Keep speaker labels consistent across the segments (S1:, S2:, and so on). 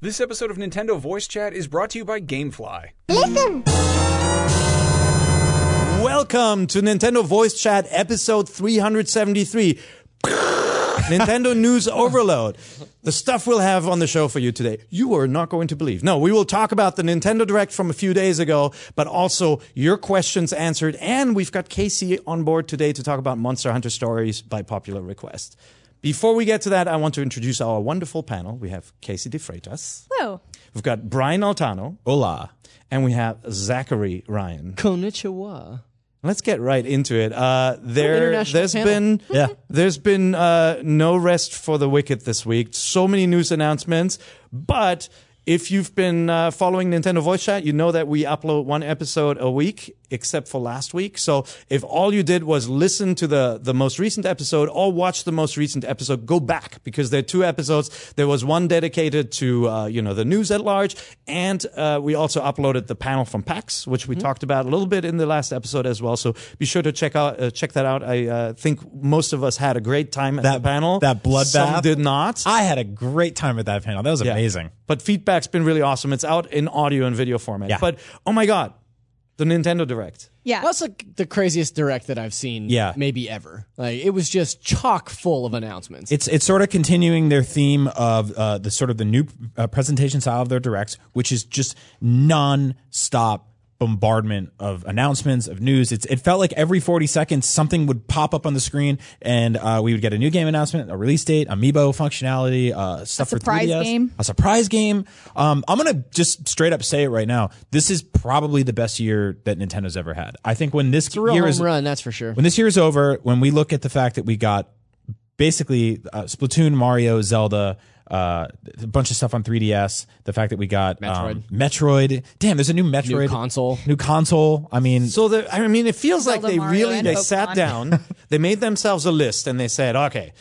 S1: This episode of Nintendo Voice Chat is brought to you by Gamefly.
S2: Listen.
S3: Welcome to Nintendo Voice Chat episode 373. Nintendo News Overload. The stuff we'll have on the show for you today, you are not going to believe. No, we will talk about the Nintendo Direct from a few days ago, but also your questions answered. And we've got Casey on board today to talk about Monster Hunter Stories by popular request. Before we get to that, I want to introduce our wonderful panel. We have Casey DeFreitas.
S2: Oh.
S4: Hello.
S3: We've got Brian Altano. Hola. And we have Zachary Ryan.
S5: Konnichiwa.
S3: Let's get right into it. Uh, there, has
S5: international panel.
S3: been yeah. there's been uh, no rest for the wicked this week. So many news announcements, but if you've been uh, following Nintendo Voice Chat, you know that we upload one episode a week, except for last week. So if all you did was listen to the the most recent episode or watch the most recent episode, go back because there are two episodes. There was one dedicated to uh, you know the news at large, and uh, we also uploaded the panel from PAX, which we
S6: Mm-hmm.
S3: talked about a little bit in the last episode as well. So be sure to check out uh, check that out. I uh, think most of us had a great time at
S6: That-
S3: the panel.
S6: that bloodbath.
S3: Some did not.
S6: I had a great time at that panel. That was
S3: Yeah.
S6: amazing.
S3: But feedback's been really awesome. It's out in audio and video format.
S6: Yeah.
S3: But oh my god, the Nintendo Direct.
S4: Yeah.
S5: That's like the craziest direct that I've seen,
S6: Yeah.
S5: maybe ever. Like it was just chock full of announcements.
S6: It's it's sort of continuing their theme of uh, the sort of the new uh, presentation style of their directs, which is just non-stop bombardment of announcements of news. It's it felt like every forty seconds something would pop up on the screen, and uh, we would get a new game announcement, a release date, amiibo functionality, uh, stuff for
S4: surprise
S6: 3DS,
S4: game.
S6: a surprise game. Um, I'm gonna just straight up say it right now. This is probably the best year that Nintendo's ever had. I think when this
S5: a real
S6: year
S5: home
S6: is
S5: run, that's for sure.
S6: when this year is over, when we look at the fact that we got basically uh, Splatoon, Mario, Zelda, uh, a bunch of stuff on 3DS, the fact that we got um, Metroid. Damn, there's a new Metroid
S5: New console.
S6: New console. I mean, oh,
S3: So the, I mean, it feels
S4: Zelda,
S3: like they
S4: Mario,
S3: really
S4: and
S3: they
S4: Pokemon.
S3: sat down, they made themselves a list, and they said, okay,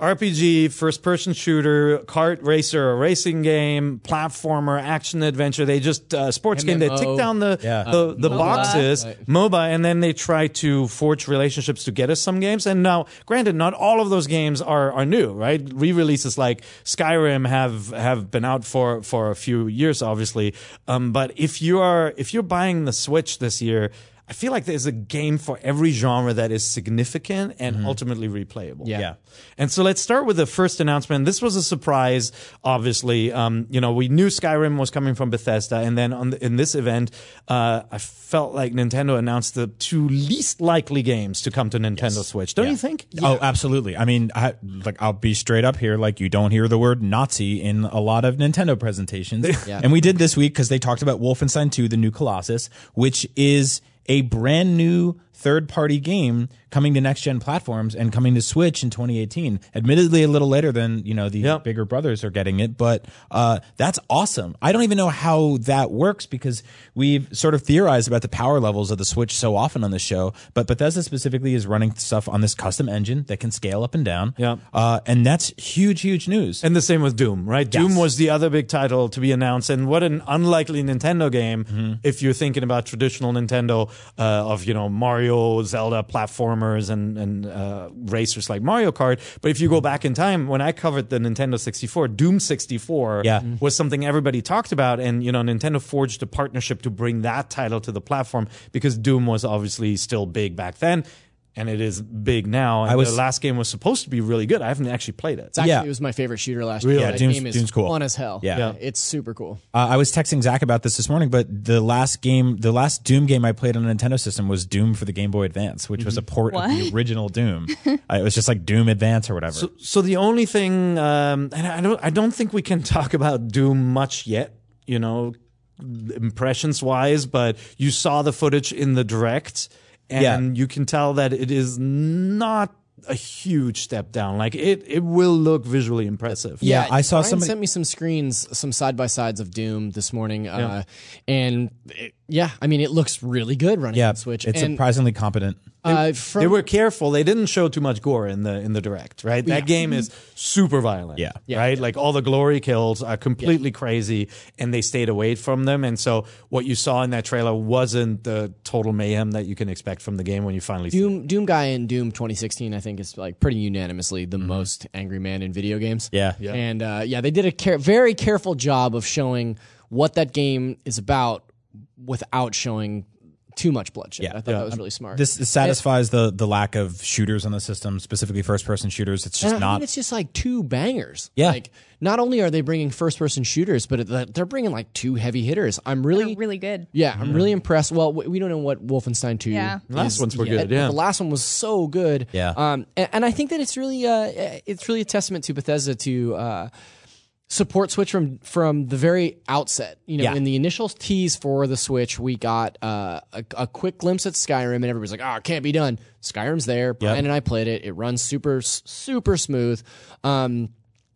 S3: RPG, first person shooter, kart racer, a racing game, platformer, action adventure. They just uh, sports game. They tick
S5: MMO.
S3: down the
S6: Yeah.
S3: the, the
S5: MOBA.
S3: boxes,
S5: Right.
S3: MOBA, and then they try to forge relationships to get us some games. And now, granted, not all of those games are are new, right? Re-releases like Skyrim have have been out for for a few years, obviously. Um, but if you are if you're buying the Switch this year. I feel like there's a game for every genre that is significant and ultimately replayable.
S5: Mm-hmm. Yeah.
S6: Yeah.
S3: And so let's start with the first announcement. This was a surprise, obviously. Um, you know, we knew Skyrim was coming from Bethesda, and then on the, in this event, uh, I felt like Nintendo announced the two least likely games to come to Nintendo Switch. Don't you think?
S6: Oh, absolutely. I mean, I, like I'll be straight up here. Like you don't hear the word Nazi in a lot of Nintendo presentations, and we did this week because they talked about Wolfenstein 2: The New Colossus, which is a brand new third-party game coming to next-gen platforms and coming to Switch in 2018. Admittedly, a little later than you know the
S3: Yep.
S6: bigger brothers are getting it, but uh, that's awesome. I don't even know how that works because we've sort of theorized about the power levels of the Switch so often on the show, but Bethesda specifically is running stuff on this custom engine that can scale up and down.
S3: Yeah.
S6: Uh, and that's huge, huge news. Uh,
S3: And the same with Doom, right? Doom was the other big title to be announced, and what an unlikely Nintendo game
S6: Mm-hmm.
S3: if you're thinking about traditional Nintendo uh, of you know Mario, Zelda platformers, and and uh, racers like Mario Kart. But if you
S6: Mm-hmm.
S3: go back in time, when I covered the Nintendo 64, Doom 64
S6: Yeah. Mhm.
S3: was something everybody talked about, and you know Nintendo forged a partnership to bring that title to the platform because Doom was obviously still big back then. And it is big now. And
S6: I was-
S3: the last game was supposed to be really good. I haven't actually played it.
S5: It's actually,
S6: Yeah.
S5: it was my favorite shooter last
S6: Really?
S5: year.
S6: Yeah,
S5: That
S6: Dune's-
S5: game is
S6: Dune's cool.
S5: fun as hell.
S6: Yeah.
S3: Yeah.
S5: it's super cool.
S6: Uh, I was texting Zach about this this morning, but the last game, the last Doom game I played on a Nintendo system was Doom for the Game Boy Advance, which was a port of the
S4: What?
S6: original Doom. uh, it was just like Doom Advance or whatever.
S3: So the only thing, um, and I don't, I don't think we can talk about Doom much yet. You know, impressions wise, but you saw the footage in the direct, and
S6: Yeah.
S3: you can tell that it is not a huge step down. Like it, it will look visually impressive.
S6: Yeah, I saw
S5: Brian
S6: somebody-
S5: sent me some screens, some side by sides of Doom this morning, uh, and it, Yeah, I mean, it looks really good running
S6: Yeah,
S5: on Switch.
S6: it's
S5: and,
S6: surprisingly competent.
S5: uh,
S3: They
S5: from,
S3: were careful. They didn't show too much gore in the in the direct, right? That game is super violent.
S6: Yeah. Yeah.
S3: Right? Like all the glory kills are completely crazy and they stayed away from them. And so what you saw in that trailer wasn't the total mayhem that you can expect from the game when you finally see it.
S5: Doom Doom guy in Doom 2016, I think, is like pretty unanimously the most angry man in video games.
S6: Mm-hmm. Yeah. Yeah.
S5: and uh, yeah, they did a care- very careful job of showing what that game is about without showing too much bloodshed. I thought that was really smart.
S6: This satisfies the the lack of shooters on the system, specifically first person shooters. It's
S5: And
S6: just
S5: I
S6: not
S5: think it's just like two bangers.
S6: Yeah.
S5: Like, not only are they bringing first person shooters, but it- they're bringing like two heavy hitters. I'm really,
S2: really good.
S5: yeah, I'm really impressed. Well, we we don't know what Wolfenstein 2
S2: Yeah.
S3: Mm-hmm. The last ones were good,
S5: but
S3: yeah.
S5: The last one was so good.
S6: Yeah.
S5: Um, and, and I think that it's really uh, it's really a testament to Bethesda to uh, support Switch from from the very outset. You know,
S6: Yeah.
S5: in the initial tease for the Switch, we got uh, a, a quick glimpse at Skyrim, and everybody's like, "Oh, it can't be done." Skyrim's there. Brian and I played it. It runs super s- super smooth. Um,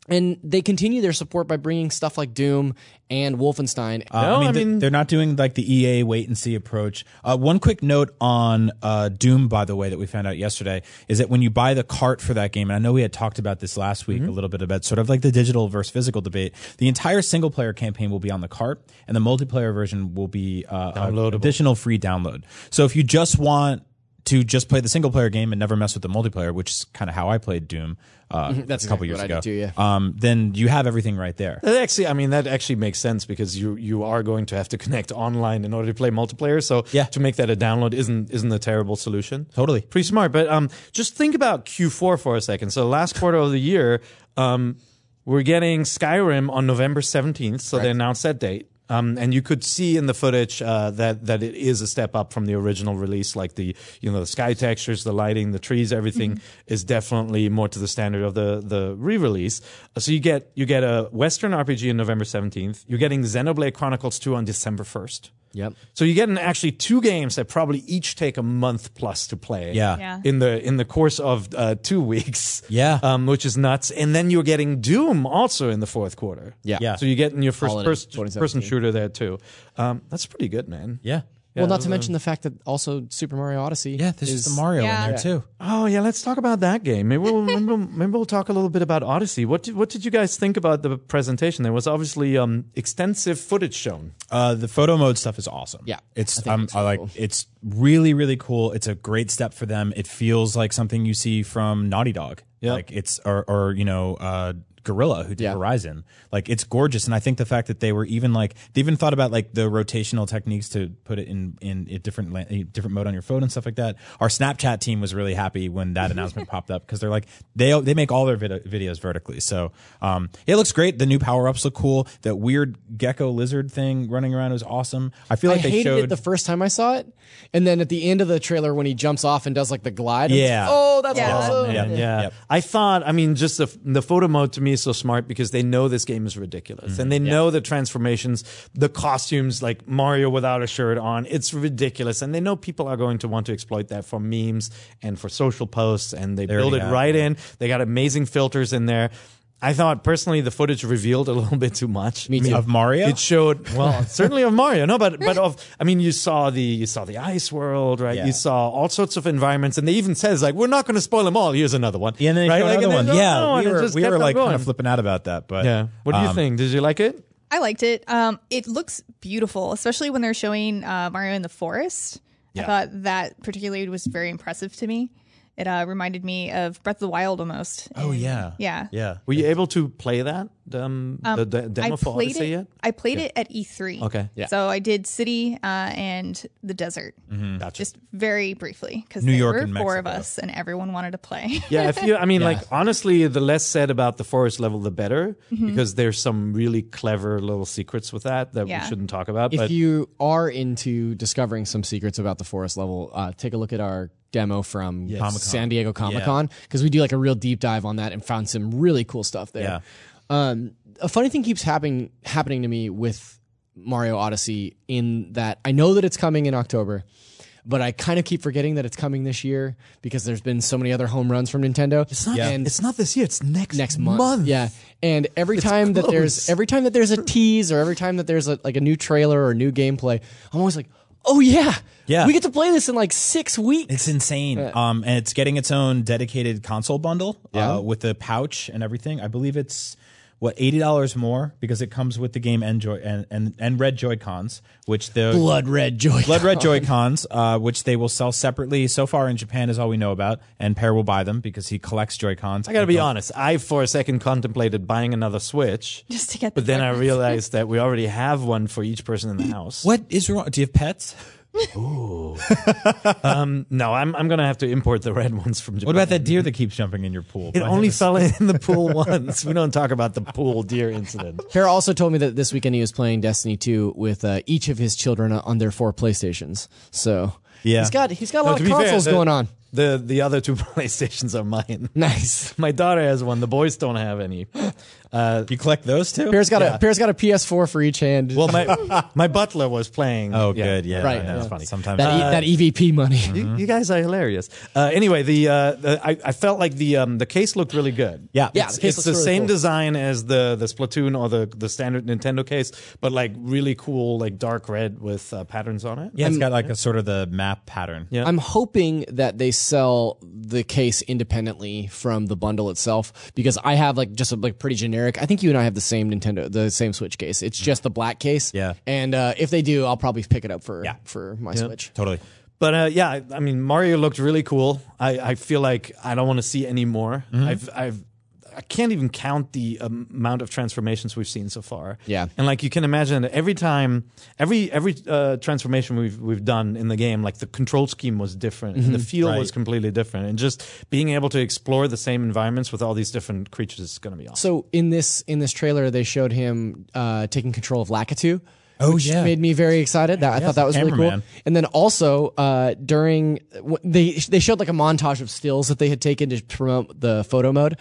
S5: and they continue their support by bringing stuff like Doom and Wolfenstein.
S6: Uh,
S3: No, I
S6: th-
S3: mean-
S6: they're not doing like the EA wait and see approach. Uh, one quick note on uh, Doom, by the way, that we found out yesterday is that when you buy the cart for that game, and I know we had talked about this last
S3: Mm-hmm.
S6: week a little bit about sort of like the digital versus physical debate. The entire single player campaign will be on the cart, and the multiplayer version will be uh, downloadable. additional free download. So if you just want to just play the single player game and never mess with the multiplayer, which is kind of how I played Doom uh,
S5: Mm-hmm. That's
S6: a couple
S5: exactly
S6: years
S5: what I
S6: ago,
S5: did too, yeah.
S6: um, then you have everything right there.
S3: That actually, I mean, that actually makes sense because you you are going to have to connect online in order to play multiplayer. So
S6: Yeah.
S3: to make that a download isn't isn't a terrible solution.
S6: Totally.
S3: pretty smart. But um, just think about Q4 for a second. So last quarter of the year, um, we're getting Skyrim on November seventeenth. So they announced that date. Um, and you could see in the footage uh, that that it is a step up from the original release, like the you know the sky textures, the lighting, the trees, everything is definitely more to the standard of the the re-release. Uh, So you get you get a Western RPG on November seventeenth. You're getting Xenoblade Chronicles two on December first.
S5: Yep.
S3: So you get an, actually two games that probably each take a month plus to play.
S6: Yeah.
S2: Yeah.
S3: In the in the course of uh, two weeks.
S6: Yeah.
S3: Um, which is nuts. And then you're getting Doom also in the fourth quarter.
S5: Yeah. Yeah.
S3: So you're getting your first
S5: Holiday,
S3: pers-
S5: 2017.
S3: person shooter there too. Um, that's pretty good, man.
S6: Yeah.
S5: well, not to mention the fact that also Super Mario Odyssey.
S6: Yeah, there's
S5: is
S6: just the Mario
S2: Yeah.
S6: in there too.
S3: Oh yeah, let's talk about that game. Maybe we'll maybe, we'll- maybe we'll talk a little bit about Odyssey. What did, what did you guys think about the presentation? There was obviously um, extensive footage shown.
S6: Uh, the photo mode stuff is awesome.
S5: Yeah, I
S6: it's
S5: think
S6: um,
S5: it's
S6: I like
S5: cool.
S6: it's really really cool. It's a great step for them. It feels like something you see from Naughty Dog.
S3: Yeah.
S6: like it's or or you know. Uh, Gorilla who did
S5: Yeah.
S6: Horizon. Like it's gorgeous and I think the fact that they were even like they even thought about like the rotational techniques to put it in in a different la- a different mode on your phone and stuff like that. Our Snapchat team was really happy when that announcement popped up cuz they're like they they make all their vid- videos vertically. So um it looks great. The new power-ups look cool. That weird gecko lizard thing running around was awesome. I feel
S5: I
S6: like they
S5: hated
S6: showed
S5: it the first time I saw it, and then at the end of the trailer when he jumps off and does like the glide. I'm
S6: Yeah.
S5: like, oh, that's
S2: Yeah.
S5: awesome.
S3: Yeah, yeah.
S6: Yep.
S3: I thought, I mean, just the, the photo mode to me is so smart because they know this game is ridiculous and they know the transformations, the costumes, like Mario without a shirt on. It's ridiculous. And they know people are going to want to exploit that for memes and for social posts and they build it
S6: already have,
S3: right in. They got amazing filters in there. I thought personally the footage revealed a little bit too much. Me
S6: Of Mario?
S3: It showed well, certainly of Mario. No, but but of I mean you saw the you saw the ice world, right?
S6: Yeah.
S3: You saw all sorts of environments and they even says like we're not going to spoil them all. Here's another one.
S6: Yeah, and then they
S3: right?
S6: showed
S3: Like,
S6: another
S3: and
S6: one.
S3: then
S6: Yeah,
S3: another one.
S6: we
S3: It
S6: were,
S3: just
S6: we
S3: kept
S6: were
S3: on
S6: like kind
S3: going.
S6: of flipping out about that. But
S3: Yeah. What do you
S6: um,
S3: think? Did you like it?
S2: I liked it. Um, it looks beautiful, especially when they're showing uh, Mario in the forest. I thought that particularly was very impressive to me. It uh, reminded me of Breath of the Wild almost.
S6: Oh
S2: And-
S6: yeah,
S2: yeah,
S6: yeah.
S3: Were you able to play that um, the, the demo
S2: I
S3: for
S2: played
S3: Odyssey
S2: it.
S3: yet?
S2: I played it at E3.
S3: Okay. Yeah.
S2: So I did city uh, and the desert,
S3: Gotcha.
S2: just very briefly, because
S6: New
S2: there
S6: York
S2: were
S6: and
S2: four of
S6: Mexico.
S2: us, and everyone wanted to play.
S3: yeah, if you, I mean, like honestly, the less said about the forest level, the better,
S2: Mm-hmm.
S3: because there's some really clever little secrets with that that
S2: Yeah.
S3: we shouldn't talk about.
S5: If
S3: but
S5: you are into discovering some secrets about the forest level, uh, take a look at our demo from San Diego Comic Con because we do like a real deep dive on that and found some really cool stuff there.
S6: Yeah.
S5: Um, a funny thing keeps happening happening to me with Mario Odyssey in that I know that it's coming in October. but I kind of keep forgetting that it's coming this year because there's been so many other home runs from Nintendo.
S3: It's not,
S6: Yeah.
S5: And
S3: it's not this year. It's next
S5: next month. Yeah. And every time that there's
S3: close.
S5: every time that there's a tease or every time that there's a, like a new trailer or new gameplay, I'm always like, oh yeah,
S6: Yeah.
S5: we get to play this in like six weeks.
S6: It's insane. Um, and it's getting its own dedicated console bundle uh, with the pouch and everything. I believe it's what eighty dollars more because it comes with the game and joy and and, and red Joy Cons, which the
S5: blood red joy.
S6: Blood Red Joy Cons, uh, which they will sell separately. So far in Japan is all we know about, and Pear will buy them because he collects Joy Cons.
S3: I gotta be honest. I for a second contemplated buying another Switch,
S2: Just to get
S3: but
S2: the
S3: then I realized that we already have one for each person in the house.
S6: What is wrong? Do you have pets?
S3: Um, No, I'm I'm gonna have to import the red ones from Japan.
S6: What about that deer that keeps jumping in your pool?
S3: It only fell in the pool once. We don't talk about the pool deer incident.
S5: Kara also told me that this weekend he was playing Destiny 2 with uh, each of his children on their four PlayStations. So
S6: Yeah.
S5: he's got he's got a
S3: No,
S5: lot of consoles
S3: the-
S5: going on.
S3: The the other two PlayStations are mine.
S5: Nice.
S3: My daughter has one. The boys don't have any.
S6: You collect those too?
S5: Pierre's got a Pierre's got a PS4 for each hand.
S3: Well, my my butler was playing.
S6: oh, good. Yeah,
S5: Right.
S6: I know.
S5: That's
S3: funny.
S6: Sometimes Uh,
S5: that, e- that EVP money.
S3: uh, You,
S6: Mm-hmm.
S3: you guys are hilarious. Uh, anyway, the, uh, the I, I felt like the um, the case looked really good.
S6: Yeah. Yeah,
S3: it's,
S5: the case
S3: it's
S5: looks
S3: the
S5: really
S3: same
S5: cool.
S3: design as the the Splatoon or the the standard Nintendo case, but like really cool, like dark red with uh, patterns on it.
S6: yeah, it's got like a sort of the map pattern. Yeah.
S5: I'm hoping that they sell the case independently from the bundle itself because I have like just a like pretty generic. I think you and I have the same Nintendo, the same Switch case. It's just the black case.
S6: Yeah.
S5: And uh, if they do, I'll probably pick it up for
S6: Yeah.
S5: for my Switch.
S6: Totally.
S3: But uh, yeah, I- I mean Mario looked really cool. I, I feel like I don't want to see any more.
S5: Mm-hmm.
S3: I've I've I can't even count the um, amount of transformations we've seen so far.
S5: Yeah.
S3: and like you can imagine, every time, every every uh, transformation we've we've done in the game, like the control scheme was different, and
S5: Mm-hmm.
S3: the feel was completely different, and just being able to explore the same environments with all these different creatures is going to be awesome.
S5: So in this in this trailer, they showed him uh, taking control of Lakitu.
S6: Oh,
S5: which
S6: yeah.
S5: made me very excited. That I thought that was really cool.
S6: Hammerman.
S5: And then also uh, during w- they they showed like a montage of stills that they had taken to promote the photo mode,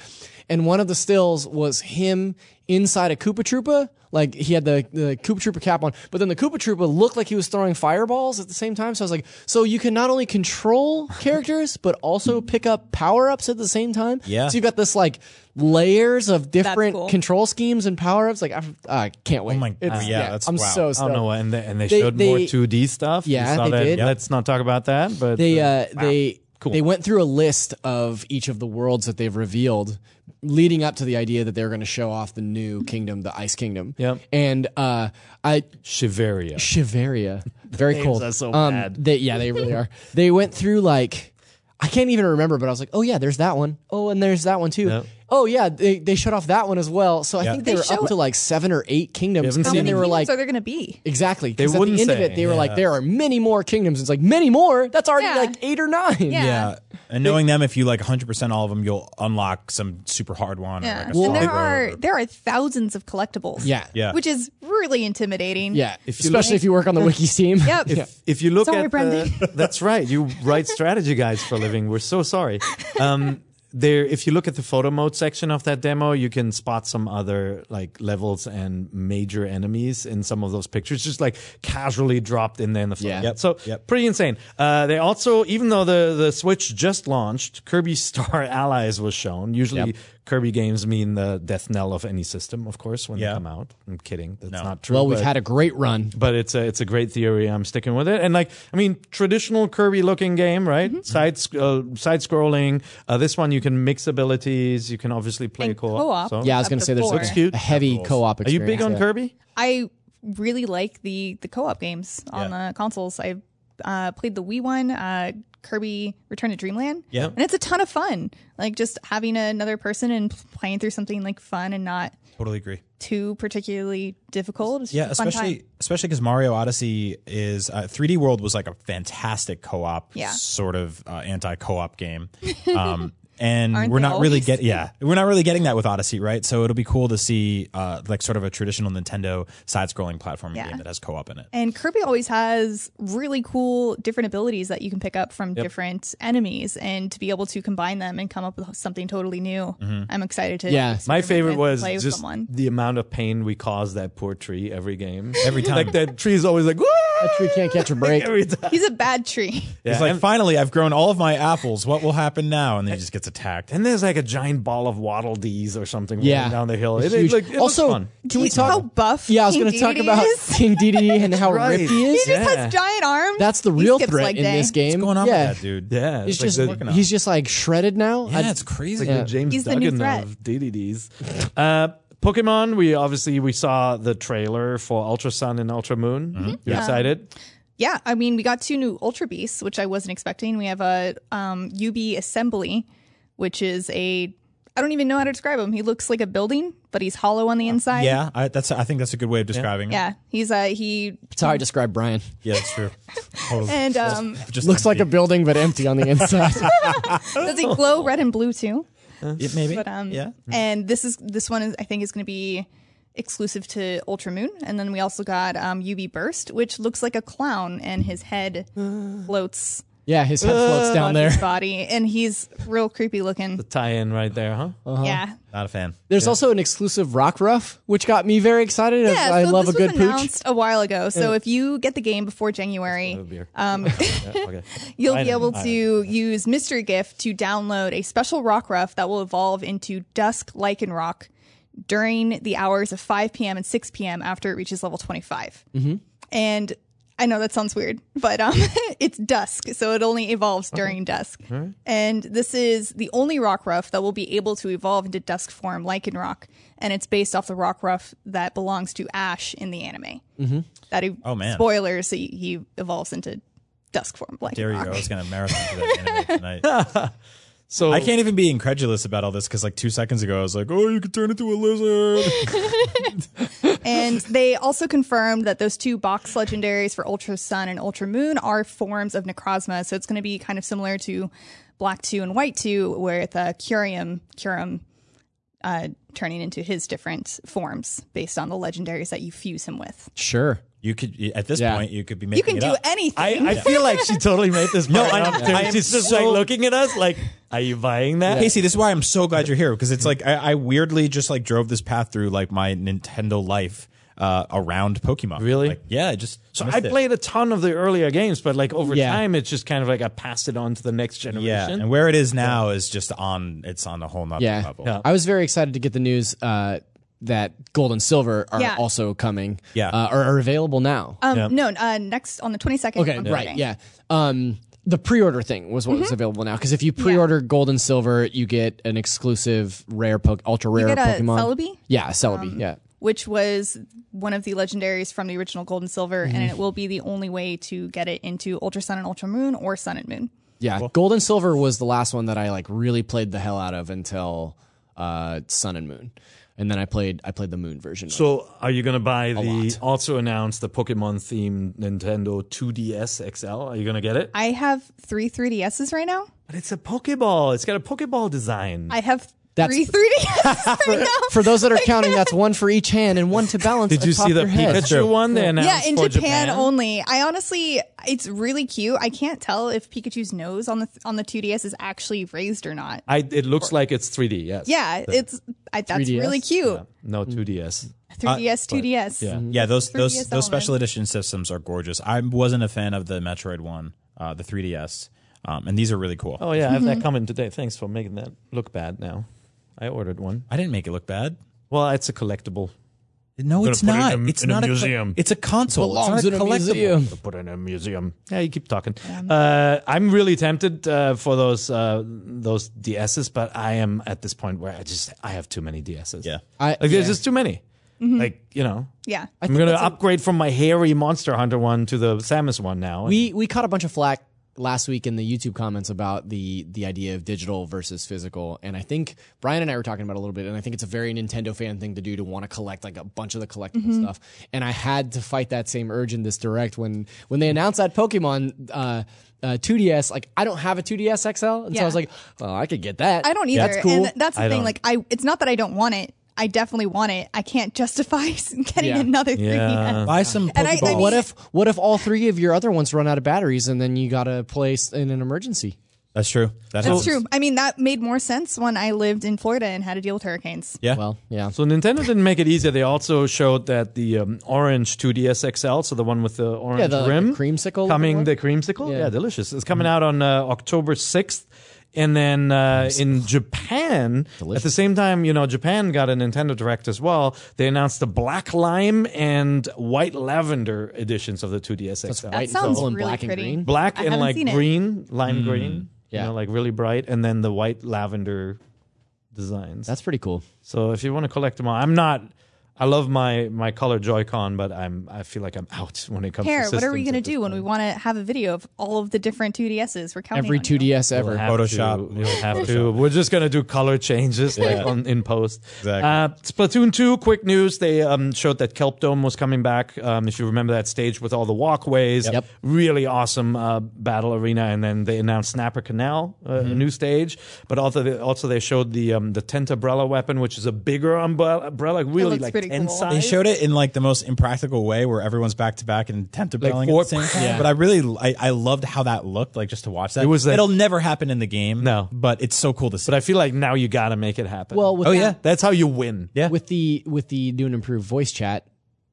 S5: and one of the stills was him inside a Koopa Troopa. Like he had the, the Koopa Troopa cap on, but then the Koopa Troopa looked like he was throwing fireballs at the same time. So I was like, so you can not only control characters but also pick up power ups at the same time.
S6: Yeah.
S5: So you've got this like layers of different
S2: cool.
S5: control schemes and power ups. Like I, I can't wait.
S6: Oh my-
S5: It's-
S6: yeah, that's-
S5: I'm
S6: wow. I
S5: so
S3: I
S5: stoked.
S3: don't know, and they, and they,
S5: They-
S3: showed more
S5: they-
S3: 2D stuff. You
S5: Yeah,
S3: saw
S5: they
S3: that.
S5: did.
S3: Let's not talk about that. But
S5: They
S3: uh,
S5: uh, they they went through a list of each of the worlds that they've revealed, leading up to the idea that they're going to show off the new kingdom, the Ice Kingdom.
S3: Yep.
S5: And uh, I
S3: Shiveria.
S5: Shiveria. Very cool. Um,
S3: are so bad.
S5: They, yeah, they really are. They went through like I can't even remember, but I was like, oh yeah, there's that one. Oh, and there's that one too. Oh yeah, they, they shut off that one as well. So I think they,
S2: They
S5: were up
S2: showed-
S5: to like seven or eight kingdoms, and
S2: How
S5: then
S2: many
S5: they were
S2: humans
S5: like.
S2: are there going to be?
S5: Exactly. They
S3: wouldn't
S5: at the end of
S3: say,
S5: it, they were like, there are many more kingdoms. It's like, many more? That's already
S2: Yeah.
S5: like eight or nine.
S2: Yeah.
S6: Yeah. And knowing them, if you like 100% all of them, you'll unlock some super hard one. Or
S2: Yeah.
S6: like a
S2: and there
S6: soft road.
S2: are there are thousands of collectibles.
S5: Yeah.
S6: Yeah.
S2: Which is really intimidating.
S5: Yeah.
S3: If you
S5: Especially
S3: look-
S5: if you work on the wikis team.
S2: Yep.
S5: yeah.
S3: if you look
S2: Sorry,
S3: at
S2: Brendan.
S3: the, that's right you write strategy guys for a living we're so sorry um there if you look at the photo mode section of that demo you can spot some other like levels and major enemies in some of those pictures just like casually dropped in there in the photo
S5: Yeah.
S3: mode.
S5: Yep.
S3: so
S6: Yep.
S3: pretty insane uh they also even though the the switch just launched kirby star allies was shown usually
S5: Yep.
S3: kirby games mean the death knell of any system of course when
S6: Yeah.
S3: they come out i'm kidding that's not true
S5: Well, we've
S3: but-
S5: had a great run.
S3: but it's a it's a great theory. I'm sticking with it. And like, I mean, traditional Kirby looking game, right?
S2: Mm-hmm.
S3: Side sc- uh, side scrolling. Uh, this one you can mix abilities. You can obviously play
S2: And
S3: co-op.
S2: co-op.
S3: so-
S5: Yeah, I was
S2: Up
S5: going
S2: to
S5: to say there's
S2: four. Looks
S3: cute.
S5: a heavy co op
S3: Are you
S5: experience.
S3: big on
S5: yeah.
S3: Kirby?
S2: I really like the the co op games on
S6: Yeah.
S2: the consoles. I uh, played the Wii one, uh, Kirby Return to Dreamland.
S6: Yeah.
S2: and it's a ton of fun. Like just having another person and playing through something like fun and not
S6: Totally agree.
S2: too particularly difficult. It's
S6: Yeah,
S2: just a fun
S6: especially
S2: time.
S6: especially because Mario Odyssey is uh, 3D World was like a fantastic co-op
S2: Yeah.
S6: sort of uh, anti co-op game, um, and
S2: Aren't
S6: we're
S2: they
S6: not really
S2: always?
S6: get yeah we're not really getting that with Odyssey, right? So it'll be cool to see uh, like sort of a traditional Nintendo side-scrolling platforming
S2: Yeah.
S6: game that has co-op in it.
S2: And Kirby always has really cool different abilities that you can pick up from different enemies, and to be able to combine them and come up with something totally new. I'm excited to.
S5: Mm-hmm. Yeah.
S2: experiment
S3: My favorite
S2: with,
S3: was
S2: play with
S3: just
S2: someone.
S3: the amount of pain we cause that poor tree every game.
S6: Every time.
S3: like that tree is always like, "Wah!"
S5: that tree can't catch a break.
S3: Every time.
S2: He's a bad tree.
S6: He's like, finally, I've grown all of my apples. What will happen now? And then he just gets attacked.
S3: And there's like a giant ball of waddle dees or something
S5: Yeah.
S3: rolling down the hill. It,
S5: It's
S3: it,
S5: huge.
S3: look- it
S5: also,
S3: looks fun.
S5: can we
S2: He's how
S5: talk?
S2: buff?
S5: Yeah, I was
S2: King
S5: going to talk
S2: Dedede
S5: about
S2: is.
S5: King Dedede and how
S3: Right.
S5: ripped he
S2: He
S5: is.
S2: just
S3: Yeah.
S2: has giant arms.
S5: That's the
S2: He
S5: real
S2: skips
S5: threat
S2: leg
S5: in
S2: day.
S5: this game.
S6: What's going on
S5: yeah.
S6: with that dude?
S3: Yeah,
S5: He's
S3: like
S5: just
S3: the-
S6: working on
S5: he's just like shredded now.
S6: Yeah,
S5: I-
S6: it's crazy.
S3: It's like the James
S2: He's the new
S3: Duggan
S2: threat.
S3: of DDDs. Uh, Pokemon, we obviously we saw the trailer for Ultra Sun and Ultra Moon. You're excited?
S2: Yeah, I mean, we got two new Ultra Beasts, which I wasn't expecting. We have a um, UB Assembly, which is a I don't even know how to describe him. He looks like a building, but he's hollow on the inside.
S6: Yeah, I, that's. I think that's a good way of describing it.
S2: yeah, he's a he
S5: That's how I describe Brian.
S6: Yeah, that's true. Totally.
S2: and um,
S6: just
S5: Looks like a
S6: empty.
S5: building but empty on the inside.
S2: does he glow red and blue too?
S6: It maybe.
S2: But um,
S6: yeah.
S2: and this is this one is I think is going to be exclusive to Ultra Moon, and then we also got um, UB Burst, which looks like a clown, and his head floats
S5: yeah, his head floats down
S2: on
S5: there.
S2: his body, and he's real creepy looking.
S3: Tie in right there, huh?
S5: Uh-huh.
S2: Yeah,
S6: Not a fan.
S5: There's also an exclusive Rock Ruff, which got me very excited.
S2: yeah.
S5: I
S2: so
S5: love a
S2: this
S5: good
S2: was
S5: pooch.
S2: announced a while ago. So if you get the game before January, um,
S3: Okay.
S2: you'll
S3: I
S2: be
S3: know,
S2: able
S3: I
S2: to use Mystery Gift to download a special rock ruff that will evolve into Dusk Lichen Rock during the hours of 5 p.m. and 6 p.m. after it reaches level 25. Mm-hmm. And I know that sounds weird, but um, it's dusk, so it only evolves
S6: Uh-huh.
S2: during dusk. And this is the only rock ruff that will be able to evolve into dusk form, Lichen Rock, and it's based off the rock ruff that belongs to Ash in the anime. Mm-hmm. That he,
S6: Oh, man.
S2: spoilers, he, he evolves into dusk form, Lichen
S6: There you
S2: Rock.
S6: go. I was gonna marathon for that anime tonight.
S3: So
S6: I can't even be incredulous about all this because like two seconds ago I was like, oh, you can turn into a lizard.
S2: And they also confirmed that those two box legendaries for Ultra Sun and Ultra Moon are forms of Necrozma. So it's going to be kind of similar to Black 2 and White 2, with uh, Curium, Curum uh, turning into his different forms based on the legendaries that you fuse him with.
S5: Sure.
S6: You could at this
S5: Yeah.
S6: point you could be making
S2: You can
S6: it
S2: do
S6: up.
S2: anything.
S3: I, I feel like she totally made this. No,
S6: I- I am
S3: she's just
S6: so-
S3: like looking at us, like, "Are you buying that?"
S6: Casey, this is why I'm so glad you're here because it's like I, I weirdly just like drove this path through like my Nintendo life uh, around Pokemon.
S3: Really?
S6: Like, yeah, I just
S3: So
S6: missed
S3: I
S6: it.
S3: played a ton of the earlier games, but like over
S5: Yeah.
S3: time, it's just kind of like I passed it on to the next generation.
S6: Yeah, and where it is now is just on. It's on a whole nother
S5: Yeah.
S6: level.
S5: I was very excited to get the news uh, that gold and silver are
S2: Yeah.
S5: also coming.
S6: Yeah.
S5: Uh, or are available now.
S2: um, No, uh, next on the 22nd.
S5: okay.
S2: on
S5: Right.
S2: Friday.
S5: Yeah. Um, the pre-order thing was what
S2: Mm-hmm.
S5: was available now because if you pre-order gold and silver, you get an exclusive rare, po- ultra rare
S2: get a
S5: Pokemon.
S2: Celebi? Um,
S5: Yeah, Celebi. yeah.
S2: Which was one of the legendaries from the original Gold and Silver, and it will be the only way to get it into Ultra Sun and Ultra Moon or Sun and Moon.
S5: Yeah, Gold and Silver was the last one that I like really played the hell out of until uh, Sun and Moon, and then I played I played the Moon version. of it.
S3: So, are you gonna buy the also announced the Pokemon themed Nintendo 2DS XL? Are you gonna get it?
S2: I have three 3DSs right now.
S3: But it's a Pokeball. It's got a Pokeball design.
S2: I have
S5: That's-
S2: three 3DSs right now.
S5: for those that are counting, that's one for each hand and one to balance.
S3: Did you
S5: atop
S3: see the
S5: your head.
S3: Pikachu one? They
S2: yeah,
S3: announced
S2: in
S3: for
S2: Japan, only. I honestly, it's really cute. I can't tell if Pikachu's nose on the on the 2DS is actually raised or not.
S3: I, it looks like it's 3D. Yes.
S2: Yeah, it's I, that's
S5: 3DS?
S2: really cute.
S3: No 2DS.
S2: 3DS, 2DS.
S6: Yeah, those those
S2: 3DS
S6: those special edition systems are gorgeous. I wasn't a fan of the Metroid one, uh, the 3DS, um, and these are really cool.
S3: Oh yeah, I have that coming today. Thanks for making that look bad. Now, I ordered one.
S6: I didn't make it look bad.
S3: Well, it's a collectible.
S6: No, it's
S3: put it
S6: not.
S3: in a-
S6: it's
S3: in a
S6: not
S3: museum.
S6: it's a console.
S5: Belongs
S6: it's
S5: in
S6: not
S5: a
S6: a collectible.
S5: museum.
S3: Put it in a museum. Yeah, you keep talking. Uh, I'm really tempted uh, for those uh, those DSs, but I am at this point where I just I have too many DSs.
S6: Yeah.
S5: I-
S3: like, there's just too many. Like you know,
S2: Yeah.
S3: I am gonna upgrade from my hairy Monster Hunter one to the Samus one now.
S5: We we caught a bunch of flack last week in the YouTube comments about the the idea of digital versus physical, and I think Brian and I were talking about it a little bit, and I think it's a very Nintendo fan thing to do to want to collect like a bunch of the collectible
S2: Mm-hmm.
S5: stuff. And I had to fight that same urge in this direct when when they announced that Pokemon. Uh, uh, 2DS, like I don't have a 2DS XL, and so I
S2: Yeah.
S5: was like, "Oh, I could get that."
S2: I don't either.
S5: That's cool.
S2: And that's the
S3: I
S2: thing.
S3: don't.
S2: Like, I it's not that I don't want it. I definitely want it. I can't justify getting
S5: Yeah.
S2: another
S3: Yeah.
S2: 3DS.
S6: Buy some
S2: And I- I
S6: Pokeballs.
S2: mean-
S5: what if what if all three of your other ones run out of batteries, and then you gotta play s- in an emergency?
S6: That's true. That
S2: That's
S6: helps.
S2: true. I mean, that made more sense when I lived in Florida and had to deal with hurricanes.
S6: Yeah.
S5: Well, yeah.
S3: So Nintendo didn't make it easier. They also showed that the um, orange 2DS XL, so the one with the orange
S5: Yeah, the- like
S3: rim,
S5: the creamsicle
S3: coming
S5: one?
S3: the creamsicle, yeah,
S5: Yeah.
S3: delicious. It's coming out on uh, October sixth, and then uh, in Japan at the same time, you know, Japan got a Nintendo Direct as well. They announced the black lime and white lavender editions of the 2DS XL.
S5: White
S2: That
S5: and
S2: sounds
S5: purple and
S2: really
S5: black and
S2: pretty.
S5: green.
S3: black
S2: I
S3: and
S2: haven't
S3: like
S2: seen it.
S3: green, lime green,
S5: Hmm. Yeah.
S3: you know, like really bright, and then the white lavender designs.
S5: That's pretty cool.
S3: So if you want to collect them all, I'm not. I love my my color Joy-Con, but I'm I feel like I'm out when it comes to
S2: Care, what are
S3: systems
S2: we going to
S3: at this
S2: do when we
S3: point.
S2: want to have a video of all of the different 2DSs? We're counting
S5: Every
S2: on you.
S5: 2DS ever.
S3: We'll have
S6: Photoshop.
S3: To, we'll have to. We're just gonna do color changes like on, in post.
S6: Exactly.
S3: Uh, Splatoon two. Quick news: They um, showed that Kelp Dome was coming back. Um, if you remember that stage with all the walkways,
S5: Yep.
S3: really awesome uh, battle arena. And then they announced Snapper Canal, uh,
S6: Mm-hmm.
S3: a new stage. But also, they, also they showed the um, the tent umbrella weapon, which is a bigger umbrella, umbrella really
S2: looks
S3: like
S2: pretty
S3: ten
S2: cool.
S6: They
S3: size.
S6: showed it in like the most impractical way, where everyone's back to back and attempt to belling
S3: four-
S6: at the same time.
S3: Yeah.
S6: But I really, I, I loved how that looked. Like just to watch that, it
S3: was like-
S6: It'll never happen in the game.
S3: No.
S6: but it's so cool to see.
S3: But I feel like now you gotta make it happen.
S5: Well, with Oh, that- yeah.
S3: that's how you win.
S6: Yeah.
S5: With the with the new and improved voice chat,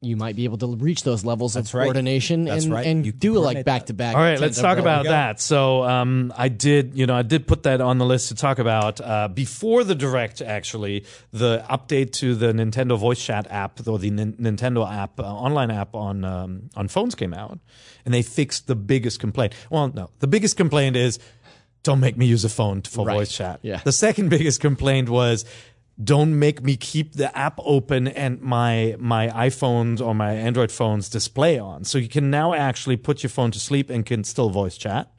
S5: you might be able to reach those levels of
S6: right.
S5: coordination
S6: That's
S5: and,
S6: right.
S5: and
S6: You can
S5: do it
S6: coordinate
S5: like back to back.
S3: All right, let's talk about that. So, um, I did, you know, I did put that on the list to talk about uh, before the direct. Actually, the update to the Nintendo Voice Chat app or the Nin- Nintendo app, uh, online app on um, on phones came out, and they fixed the biggest complaint. Well, no, the biggest complaint is don't make me use a phone for voice chat.
S5: Yeah.
S3: The second biggest complaint was don't make me keep the app open and my my iPhones or my Android phones display on. So you can now actually put your phone to sleep and can still voice chat.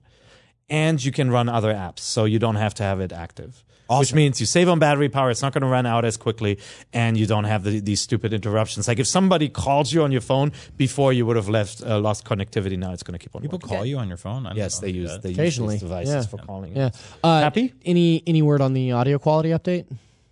S3: And you can run other apps, so you don't have to have it active. Which means you save on battery power; it's not going to run out as quickly, and you don't have the, these stupid interruptions. Like if somebody calls you on your phone before you would have left uh, lost connectivity, now it's going to keep on.
S6: People
S3: working.
S6: call you on your phone. I don't
S3: yes,
S6: know.
S3: they use they use
S5: Occasionally.
S3: these devices
S5: Yeah.
S3: for calling.
S5: Yeah. Uh,
S3: Happy?
S5: Any any word on the audio quality update?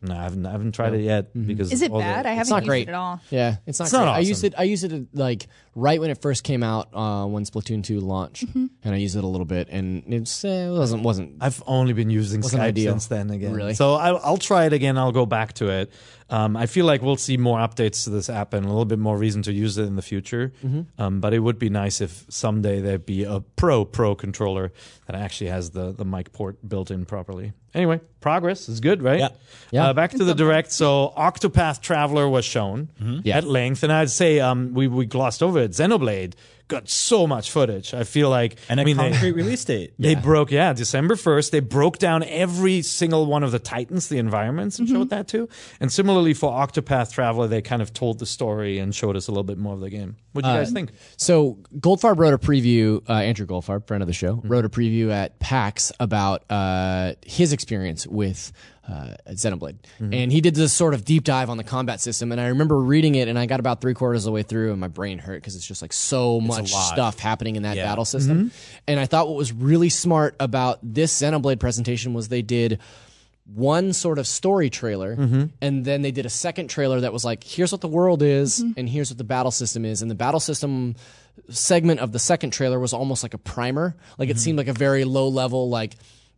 S3: No, I haven't. I haven't tried it yet because
S2: Is it
S3: all the-
S2: bad? I haven't
S5: not
S2: used
S5: great.
S2: it at all.
S5: Yeah, it's not.
S3: It's
S5: great.
S3: not
S5: I
S3: awesome.
S5: used it. I used it uh, like right when it first came out uh, when Splatoon two launched, and I used it a little bit, and it's, uh, it wasn't wasn't.
S3: I've only been using
S5: Wasn't
S3: Skype
S5: ideal.
S3: since then again.
S5: Really?
S3: So I'll, I'll try it again. I'll go back to it. Um, I feel like we'll see more updates to this app and a little bit more reason to use it in the future.
S5: Mm-hmm.
S3: Um, but it would be nice if someday there'd be a pro pro controller that actually has the the mic port built in properly. Anyway, progress is good, right?
S6: Yeah.
S5: Yeah.
S3: Uh, back to the direct. So Octopath Traveler was shown
S5: Mm-hmm. Yeah.
S3: at length, and I'd say um, we we glossed over it. Xenoblade got so much footage. I feel like
S6: and a
S3: I mean they-
S6: concrete release date.
S3: they broke, yeah, December 1st. They broke down every single one of the Titans, the environments, and
S6: Mm-hmm.
S3: showed that too. And similarly for Octopath Traveler, they kind of told the story and showed us a little bit more of the game. What do
S6: Uh,
S3: you guys think?
S5: So Goldfarb wrote a preview. Uh, Andrew Goldfarb, friend of the show, wrote a preview at PAX about uh, his experience with uh, Xenoblade, and he did this sort of deep dive on the combat system. And I remember reading it, and I got about three quarters of the way through, and my brain hurt because it's just like so much stuff happening in that battle system. And I thought what was really smart about this Xenoblade presentation was they did one sort of story trailer and then they did a second trailer that was like here's what the world is and here's what the battle system is and the battle system segment of the second trailer was almost like a primer like it seemed like a very low level like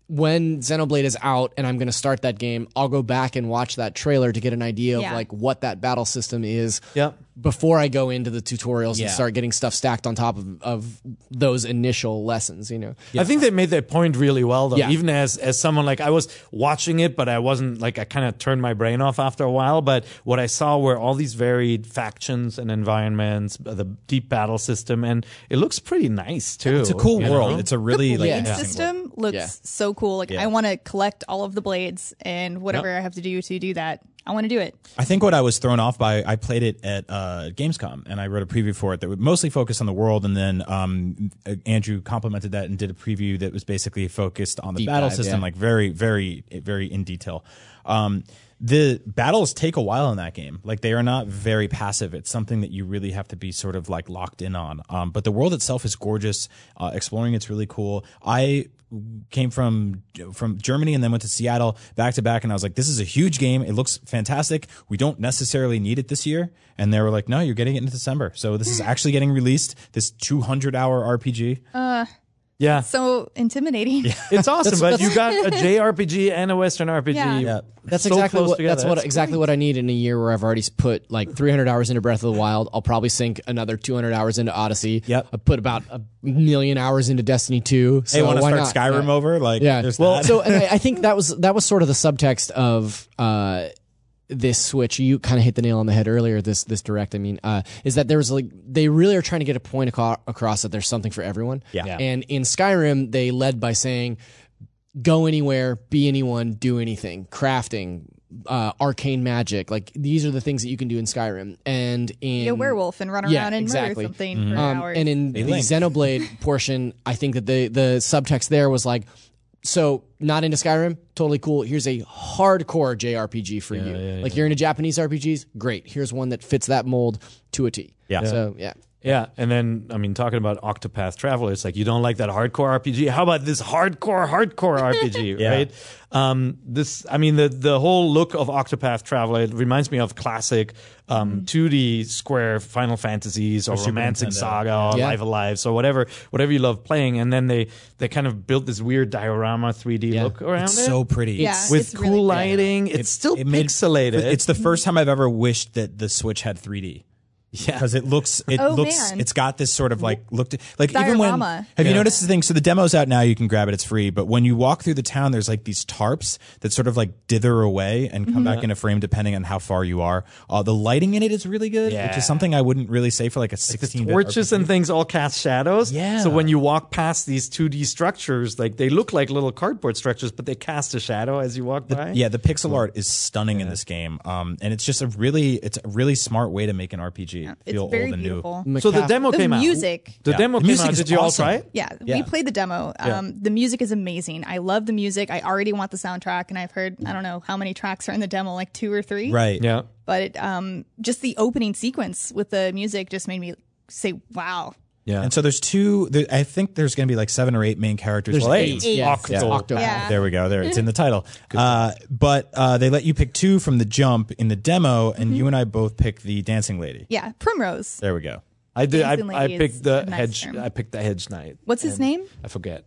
S5: when Xenoblade is out and I'm going to start that game I'll go back and watch that trailer to get an idea of
S2: Yeah.
S5: like what that battle system is
S3: Yep.
S5: before I go into the tutorials
S6: Yeah.
S5: and start getting stuff stacked on top of, of those initial lessons you know
S3: I think they made that point really well, though.
S5: Yeah.
S3: Even as as someone like I was watching it, but I wasn't like I kind of turned my brain off after a while. But what I saw were all these varied factions and environments, the deep battle system, and it looks pretty nice too.
S6: It's a cool
S3: you know?
S6: world. It's a really
S2: The
S6: like
S2: blade
S6: interesting world.
S2: system looks
S5: Yeah.
S2: so cool. Like
S6: Yeah.
S2: I want to collect all of the blades and whatever I have to do to do that. I want to do it.
S6: I think what I was thrown off by, I played it at uh, Gamescom and I wrote a preview for it that would mostly focus on the world. And then um, uh, Andrew complemented that and did a preview that was basically focused on the battle
S5: dive,
S6: system,
S5: yeah.
S6: like very, very, very in detail. Um, the battles take a while in that game. Like they are not very passive. It's something that you really have to be sort of like locked in on. Um, but the world itself is gorgeous. Uh, exploring it's really cool. I came from from Germany and then went to Seattle back to back and I was like this is a huge game it looks fantastic we don't necessarily need it this year and they were like no
S5: Oh,
S6: you're getting it in December so this is actually getting released this 200 hour RPG
S3: Yeah.
S2: So intimidating.
S3: It's awesome,
S5: That's-
S3: but
S5: that's-
S3: you got a JRPG and a Western RPG.
S2: Yeah. Yeah.
S5: That's
S3: so
S5: exactly
S3: close
S5: what.
S3: together.
S5: That's what exactly what I need in a year where I've already s- put like 300 hours into Breath of the Wild. I'll probably sink another 200 hours into Odyssey.
S6: Yep.
S5: I put about a million hours into Destiny 2. So
S6: Hey, want to
S5: why
S6: start
S5: not?
S6: Skyrim
S5: Yeah.
S6: over? Like,
S5: Yeah.
S6: there's
S5: well,
S6: that.
S5: so and I, I think that was that was sort of the subtext of uh, this switch. You kind of hit the nail on the head earlier. This this direct, I mean, uh, is that there was like they really are trying to get a point aco- across that there's something for everyone.
S6: Yeah. Yeah.
S5: And in Skyrim, they led by saying, "Go anywhere, be anyone, do anything." Crafting. Uh, arcane magic, like these are the things that you can do in Skyrim, and in
S2: Be a werewolf and run around
S5: Yeah,
S2: and
S5: exactly.
S2: murder something for
S5: um,
S2: hours.
S5: and in the
S6: link.
S5: Xenoblade portion, I think that the the subtext there was like, so not into Skyrim, totally cool. Here's a hardcore JRPG for you. like you're into Japanese RPGs, great. Here's one that fits that mold to a T.
S6: Yeah.
S5: So yeah.
S3: Yeah, and then I mean, talking about Octopath Traveler, it's like you don't like that hardcore RPG. How about this hardcore, hardcore RPG,
S6: Yeah.
S3: right? Um, this, I mean, the the whole look of Octopath Traveler it reminds me of classic um, 2D square Final Fantasies or Romancing
S6: Nintendo.
S3: Saga or
S5: Yeah.
S3: Live Alive, so whatever, whatever you love playing. And then they they kind of built this weird diorama 3D
S5: Yeah.
S3: look around
S6: It's
S3: it
S6: so pretty.
S2: Yeah.
S6: It's-
S2: It's
S3: with
S2: really
S3: cool
S2: cool.
S3: lighting. It's still
S6: it made-
S3: pixelated.
S6: It's the first time I've ever wished that the Switch had 3D. Yeah, because it looks, it
S2: Oh,
S6: looks,
S2: man.
S6: it's got this sort of like looked like even when have
S2: Diorama.
S6: you noticed the thing? So the demo's out now, you can grab it, it's free. But when you walk through the town, there's like these tarps that sort of like dither away and come
S3: Mm-hmm.
S6: back into frame depending on how far you are. Uh, the lighting in it is really good, which
S3: Yeah.
S6: is something I wouldn't really say for like a 16
S3: torches and things all cast shadows.
S6: Yeah.
S3: So when you walk past these 2D structures, like they look like little cardboard structures, but they cast a shadow as you walk by.
S6: Yeah, the pixel art is stunning in this game, um, and it's just a really, it's a really smart way to make an RPG
S2: it's
S6: feel
S2: very
S6: old and
S2: beautiful.
S6: new.
S3: So the demo
S2: The
S3: came out.
S2: music.
S3: The
S6: Yeah.
S3: demo
S6: The
S3: came
S6: music
S3: out.
S6: is
S3: Did you all
S6: awesome.
S3: try it?
S2: Yeah,
S6: Yeah.
S2: we played the demo. Um, The music is amazing. I love the music. I already want the soundtrack, and I've heard I don't know how many tracks are in the demo, like two or three.
S6: Right.
S3: Yeah.
S2: But it, um, just the opening sequence with the music just made me say, "Wow,
S3: Yeah.
S6: And so there's two. There, I think there's going to be like seven or eight main characters.
S5: There's
S6: Well,
S5: eight.
S6: eight.
S5: Yeah.
S6: Octo.
S5: It's Octopath.
S2: Yeah.
S6: There we go. There it's in the title. Uh, but uh, they let you pick two from the jump in the demo, and you and I both pick the dancing lady.
S2: yeah, Primrose."
S6: There we go.
S3: I did.
S2: Dancing
S3: I, I
S2: Lady is
S3: picked the
S2: a nice
S3: hedge.
S2: term.
S3: I picked the hedge knight.
S2: What's his name?
S3: I forget.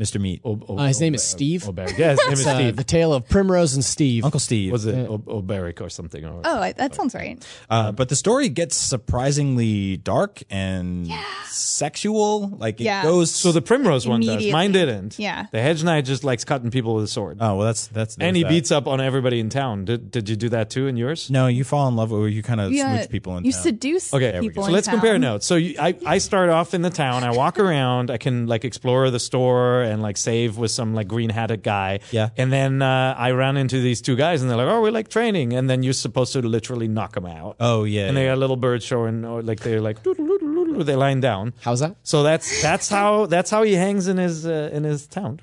S6: Mr. Meat,
S3: O- O-
S5: Uh, his name
S3: Ober-
S5: is Steve.
S3: Oberic. Yeah, his name is
S5: It's, uh,
S3: Steve.
S5: the tale of Primrose and Steve.
S6: Uncle Steve.
S3: Was it O- Oberic or something? Or
S2: Oh, I, that sounds right.
S6: Uh, but the story gets surprisingly dark and sexual. Like it
S2: Yeah.
S6: goes.
S3: so the primrose one does.
S2: Immediately.
S3: Mine didn't.
S2: Yeah.
S3: The hedge knight just likes cutting people with a sword,
S6: oh well, that's that's.
S3: and he
S6: there's that.
S3: beats up on everybody in town. Did Did you do that too in yours?
S6: No, you fall in love, or you kind of
S2: Yeah,
S6: smooch people in
S2: you
S6: town.
S2: seduce
S3: Okay,
S2: people.
S3: so
S2: in
S3: let's
S2: town.
S3: compare notes. So you, I, I start off in the town. I walk around. I can like explore the store and like save with some like green hatted guy.
S6: Yeah.
S3: And then uh, I run into these two guys and they're like, oh, we like training. And then you're supposed to literally knock them out.
S6: Oh, yeah,
S3: And they
S6: yeah.
S3: got little bird showing or like they're like "Doodle-doodle-doodle-doodle," they're lying down.
S5: How's that?
S3: So that's that's how that's how he hangs in his uh, in his town.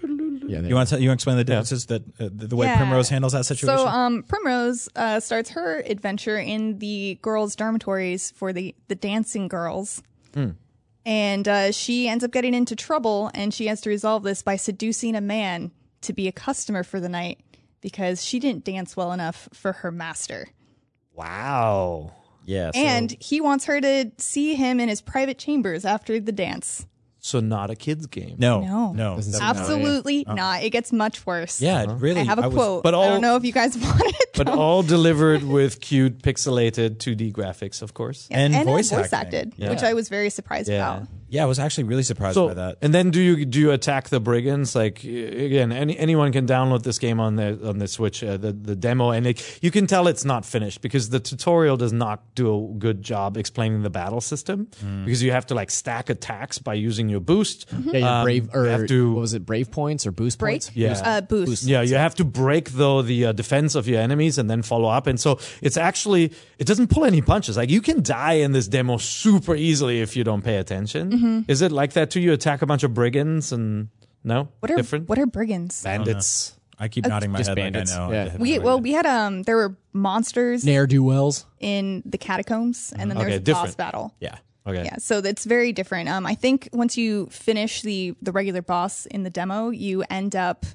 S5: Yeah.
S6: You want to you want to explain the differences that uh, the, the way
S2: Yeah.
S6: Primrose handles that situation?
S2: So um, Primrose uh, starts her adventure in the girls' dormitories for the the dancing girls,
S3: Hmm.
S2: and uh, she ends up getting into trouble, and she has to resolve this by seducing a man to be a customer for the night because she didn't dance well enough for her master,
S3: Wow.
S6: yeah. so-
S2: and he wants her to see him in his private chambers after the dance.
S3: So not a kids game.
S6: no,
S2: No.
S6: no,
S5: Doesn't sound-
S2: Absolutely not. It gets much worse.
S6: Uh-huh. Yeah,
S5: Uh-huh.
S6: it really.
S2: I have a
S6: was-
S2: quote,
S3: but
S2: but I
S3: all-
S2: don't know if you guys want it.
S3: But
S2: though.
S3: all delivered with cute pixelated 2D graphics, of course.
S6: and
S2: I'm
S6: voice acting.
S2: acted,
S6: Yeah.
S2: which I was very surprised about.
S6: Yeah, I was actually really surprised by that.
S3: And then do you do you attack the brigands? Like y- again, any, anyone can download this game on their on their Switch, uh, the the demo, and it, you can tell it's not finished because the tutorial does not do a good job explaining the battle system
S6: Hmm.
S3: because you have to like stack attacks by using your boost.
S2: Mm-hmm.
S5: Yeah, your
S6: Um,
S5: brave or
S3: you have to-
S5: what was it? Brave points or boost points?
S2: Break,
S3: Yeah.
S2: uh, boost.
S3: Yeah, you have to break though the uh, defense of your enemies and then follow up, and so it's actually it doesn't pull any punches. Like you can die in this demo super easily if you don't pay attention.
S2: Mm-hmm.
S3: Is it like that too? You attack a bunch of brigands and no
S2: What are
S3: different
S2: what are brigands?
S3: bandits.
S6: I keep nodding my
S5: Just
S6: head like I
S5: bandits.
S6: know.
S5: Yeah.
S2: We well we had um there were monsters
S5: Ne'er do wells.
S2: in the catacombs and then there
S3: Okay,
S2: was a
S3: different.
S2: boss battle.
S6: Mm-hmm. yeah.
S3: Okay.
S2: Yeah, so that's very different. Um, I think once you finish the the regular boss in the demo, you end up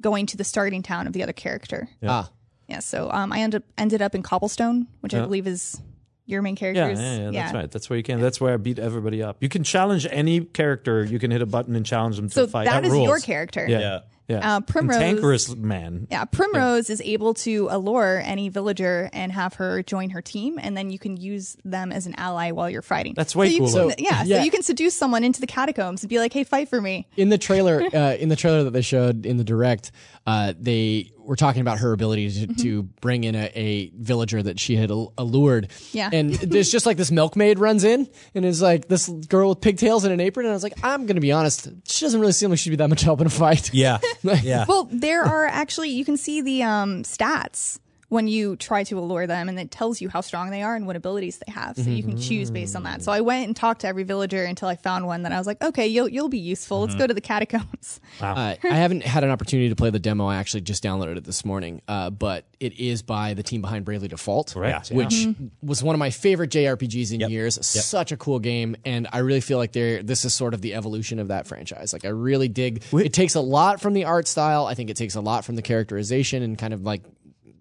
S2: going to the starting town of the other character.
S5: Ah.
S2: Yeah, so um, I ended up ended up in Cobblestone, which I believe is your main
S3: Yeah,
S2: characters.
S3: yeah, yeah, that's right. That's where you can. That's where I beat everybody up. You can challenge any character. You can hit a button and challenge them
S2: So
S3: to fight.
S2: that is your
S3: rules.
S2: character.
S3: Yeah,
S6: Yeah.
S3: yeah.
S2: Uh, Primrose-
S3: Cantankerous man.
S2: Yeah, Primrose is able to allure any villager and have her join her team, and then you can use them as an ally while you're fighting.
S3: That's way
S2: so you
S3: cooler.
S2: Can,
S5: So-
S2: yeah,
S5: yeah.
S2: so you can seduce someone into the catacombs and be like, "Hey, fight for me."
S5: in the trailer uh, in the trailer that they showed in the direct uh, they were talking about her ability to, to bring in a, a villager that she had al- allured
S2: Yeah.
S5: and there's just like this milkmaid runs in and is like this girl with pigtails and an apron and i was like i'm gonna be honest she doesn't really seem like she'd be that much help in a fight
S6: Yeah. Yeah.
S2: Well, there are actually you can see the um, stats when you try to allure them, and it tells you how strong they are and what abilities they have, so you can choose based on that. So I went and talked to every villager until I found one that I was like, "Okay, you'll you'll be useful. Let's go to the catacombs."
S5: Uh, I haven't had an opportunity to play the demo. I actually just downloaded it this morning, uh, but it is by the team behind Bravely Default,
S3: Correct, yeah. Mm-hmm.
S5: which was one of my favorite JRPGs in years. Such a cool game, and I really feel like they this is sort of the evolution of that franchise. Like I really dig. it takes a lot from the art style. I think it takes a lot from the characterization and kind of like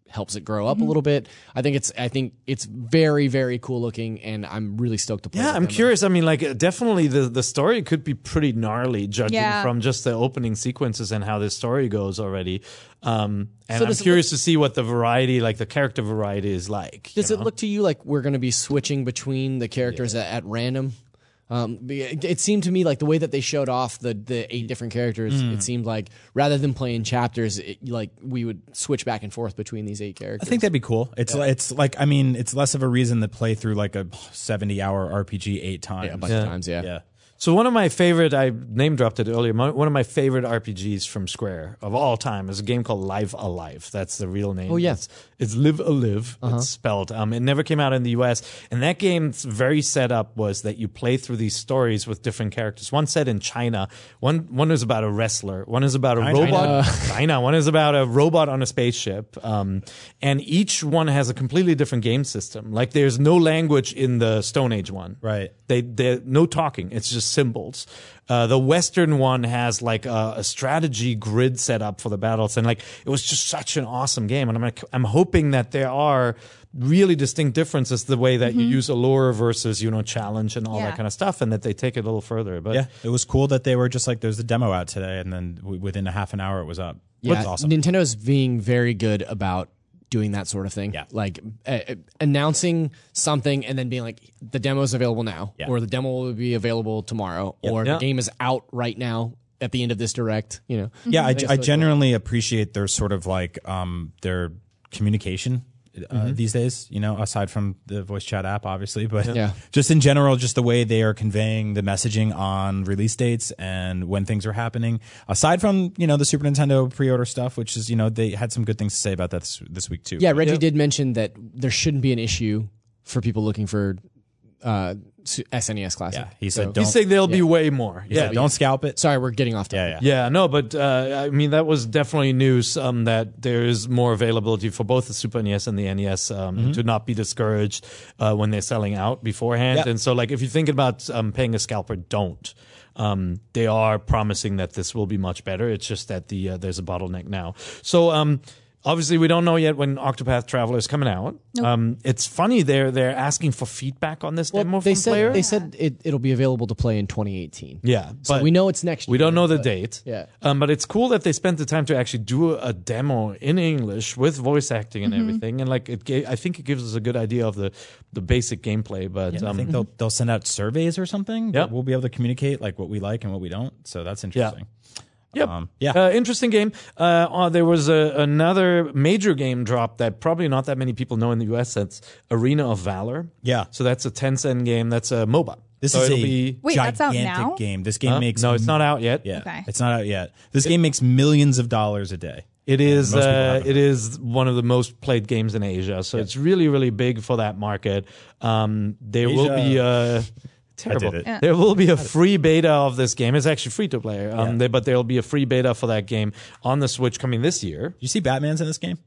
S5: helps it grow
S3: Mm-hmm.
S5: up a little bit. I think it's I think it's very very cool looking, and I'm really stoked to play.
S3: Yeah,
S5: the
S3: I'm
S5: demo.
S3: curious. I mean, like, uh, definitely the, the story could be pretty gnarly, judging
S2: Yeah.
S3: from just the opening sequences and how this story goes already. Um, and
S5: So
S3: I'm
S5: does it
S3: curious to see what the variety, like the character variety, is like.
S5: Does it look to you like we're going to be switching between the characters at, at random? Um, be- it it seemed to me like the way that they showed off the, the
S6: Mm.
S5: eight different characters. It seemed like rather than playing chapters, it, like we would switch back and forth between these eight
S6: I
S5: characters.
S6: think that'd be cool. It's li- it's like I mean, it's less of a reason to play through like a seventy hour RPG eight times.
S5: a bunch of times, yeah.
S6: yeah.
S3: So one of my favorite, I name dropped it earlier. My, one of my favorite RPGs from Square of all time is a game called Live Alive. That's the real name. Oh
S5: yes.
S3: it's, it's Live Alive. It's spelled. Um, it never came out in the U.S. And that game's very setup was that you play through these stories with different characters. One set in China. One one is about a wrestler. One is about a robot. China. One is about a robot on a spaceship. Um, and each one has a completely different game system. Like there's no language in the Stone Age one.
S6: Right.
S3: They they no talking. It's just symbols. Uh, the Western one has like a, a strategy grid set up for the battles, and like it was just such an awesome game. And I'm like, I'm hoping that there are really distinct differences the way that you use allure versus you know challenge and all
S2: Yeah.
S3: that kind of stuff, and that they take it a little further. But
S6: Yeah, it was cool that they were just like, there's a demo out today, and then w- within a half an hour it was up.
S5: yeah,
S6: That's awesome.
S5: Nintendo's being very good about doing that sort of thing.
S6: Yeah.
S5: Like uh, uh, announcing something and then being like, the demo's available now,
S6: Yeah.
S5: or the demo will be available tomorrow, or
S3: Yeah.
S5: the game is out right now at the end of this direct, you know.
S6: yeah, I, I genuinely appreciate their sort of like um their communication. Uh, These days, you know, aside from the voice chat app, obviously, but
S5: Yeah.
S6: just in general, just the way they are conveying the messaging on release dates and when things are happening. Aside from you know the Super Nintendo pre-order stuff, which is you know they had some good things to say about that this, this week too.
S5: Yeah, Reggie did mention that there shouldn't be an issue for people looking for uh, su- SNES Classic.
S6: Yeah, he said,
S3: he's
S6: "Don't,
S3: saying there'll be way more.
S6: yeah, don't scalp it."
S5: Sorry, we're getting off
S6: Yeah,
S5: topic.
S6: yeah.
S3: Yeah, no, but uh, I mean that was definitely news um, that there is more availability for both the Super NES and the NES. Um,
S5: Mm-hmm.
S3: To not be discouraged uh, when they're selling out beforehand,
S6: Yeah.
S3: and so like if you think about um, paying a scalper, don't. Um, they are promising that this will be much better. It's just that the uh, there's a bottleneck now. So. Um, Obviously, we don't know yet when Octopath Traveler is coming out. Um, it's funny they're they're asking for feedback on this demo
S5: They
S3: from
S5: said
S3: players.
S5: they said it, it'll be available to play in 2018.
S3: yeah,
S5: so we know it's next.
S3: we
S5: year,
S3: don't know the
S5: but-
S3: date.
S5: yeah.
S3: Um, but it's cool that they spent the time to actually do a demo in English with voice acting
S6: Mm-hmm.
S3: and everything. And like it gave, I think it gives us a good idea of the the basic gameplay. But
S6: I
S3: um,
S6: think they'll they'll send out surveys or something. that
S3: Yep.
S6: we'll be able to communicate like what we like and what we don't. So that's interesting.
S3: Yep.
S6: Um, yeah.
S3: Uh, interesting game. Uh, uh, there was a, another major game drop that probably not that many people know in the US. That's Arena of Valor.
S6: Yeah.
S3: So that's a 10 cent game. That's a MOBA.
S6: This
S3: So
S6: is a
S3: it'll be.
S2: Wait, that's out
S6: gigantic
S2: now?
S6: game. This game
S3: Huh?
S6: makes
S3: no, it's not out yet.
S6: Yeah,
S2: Okay.
S6: it's not out yet. This game makes millions of dollars a day.
S3: It is.
S6: most people
S3: Uh,
S6: haven't.
S3: it is one of the most played games in Asia, so it's really, really big for that market. Um, there will be a terrible.
S6: it. Yeah.
S3: There will be a free beta of this game. It's actually free to play, um, there- but there will be a free beta for that game on the Switch coming this year.
S6: You see, Batman's in this game.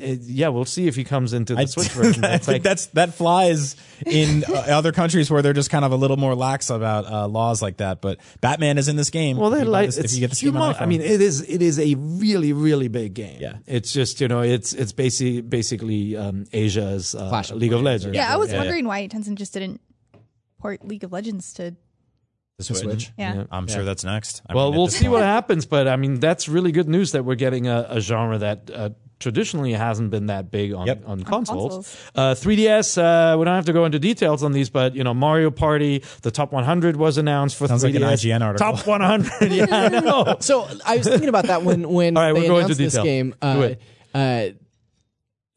S3: uh, yeah, we'll see if he comes into the Switch version.
S6: I
S3: It's
S6: think
S3: like,
S6: that's that flies in uh, other countries where they're just kind of a little more lax about uh, laws like that. But Batman is in this game.
S3: well,
S6: If
S3: they're
S6: you buy
S3: like
S6: this-
S3: it's
S6: if you get this game on
S3: humongous.
S6: iPhone.
S3: I mean, it is it is a really really big game.
S6: Yeah.
S3: it's just you know it's it's basically basically um, Asia's uh,
S5: Clash of
S3: League of
S5: Clans.
S3: Legends.
S2: Yeah, I was
S6: yeah.
S2: wondering why Tencent just didn't port League of Legends to.
S6: the Switch.
S5: Switch.
S2: Yeah.
S6: I'm sure that's next. I
S3: Well,
S6: mean, at
S3: we'll
S6: this
S3: see
S6: point-
S3: what happens, but I mean that's really good news that we're getting a, a genre that uh, traditionally hasn't been that big on
S6: Yep.
S3: on consoles.
S2: consoles.
S3: Uh, 3DS, uh, we don't have to go into details on these, but you know Mario Party, the top 100 was announced for
S6: Sounds
S3: 3DS.
S6: like an IGN article.
S3: Top 100, yeah, I know.
S5: So I was thinking about that when when
S3: All right,
S5: they
S3: we'll go into
S5: announced this
S3: detail.
S5: game.
S3: Do
S5: Uh,
S3: it.
S5: uh,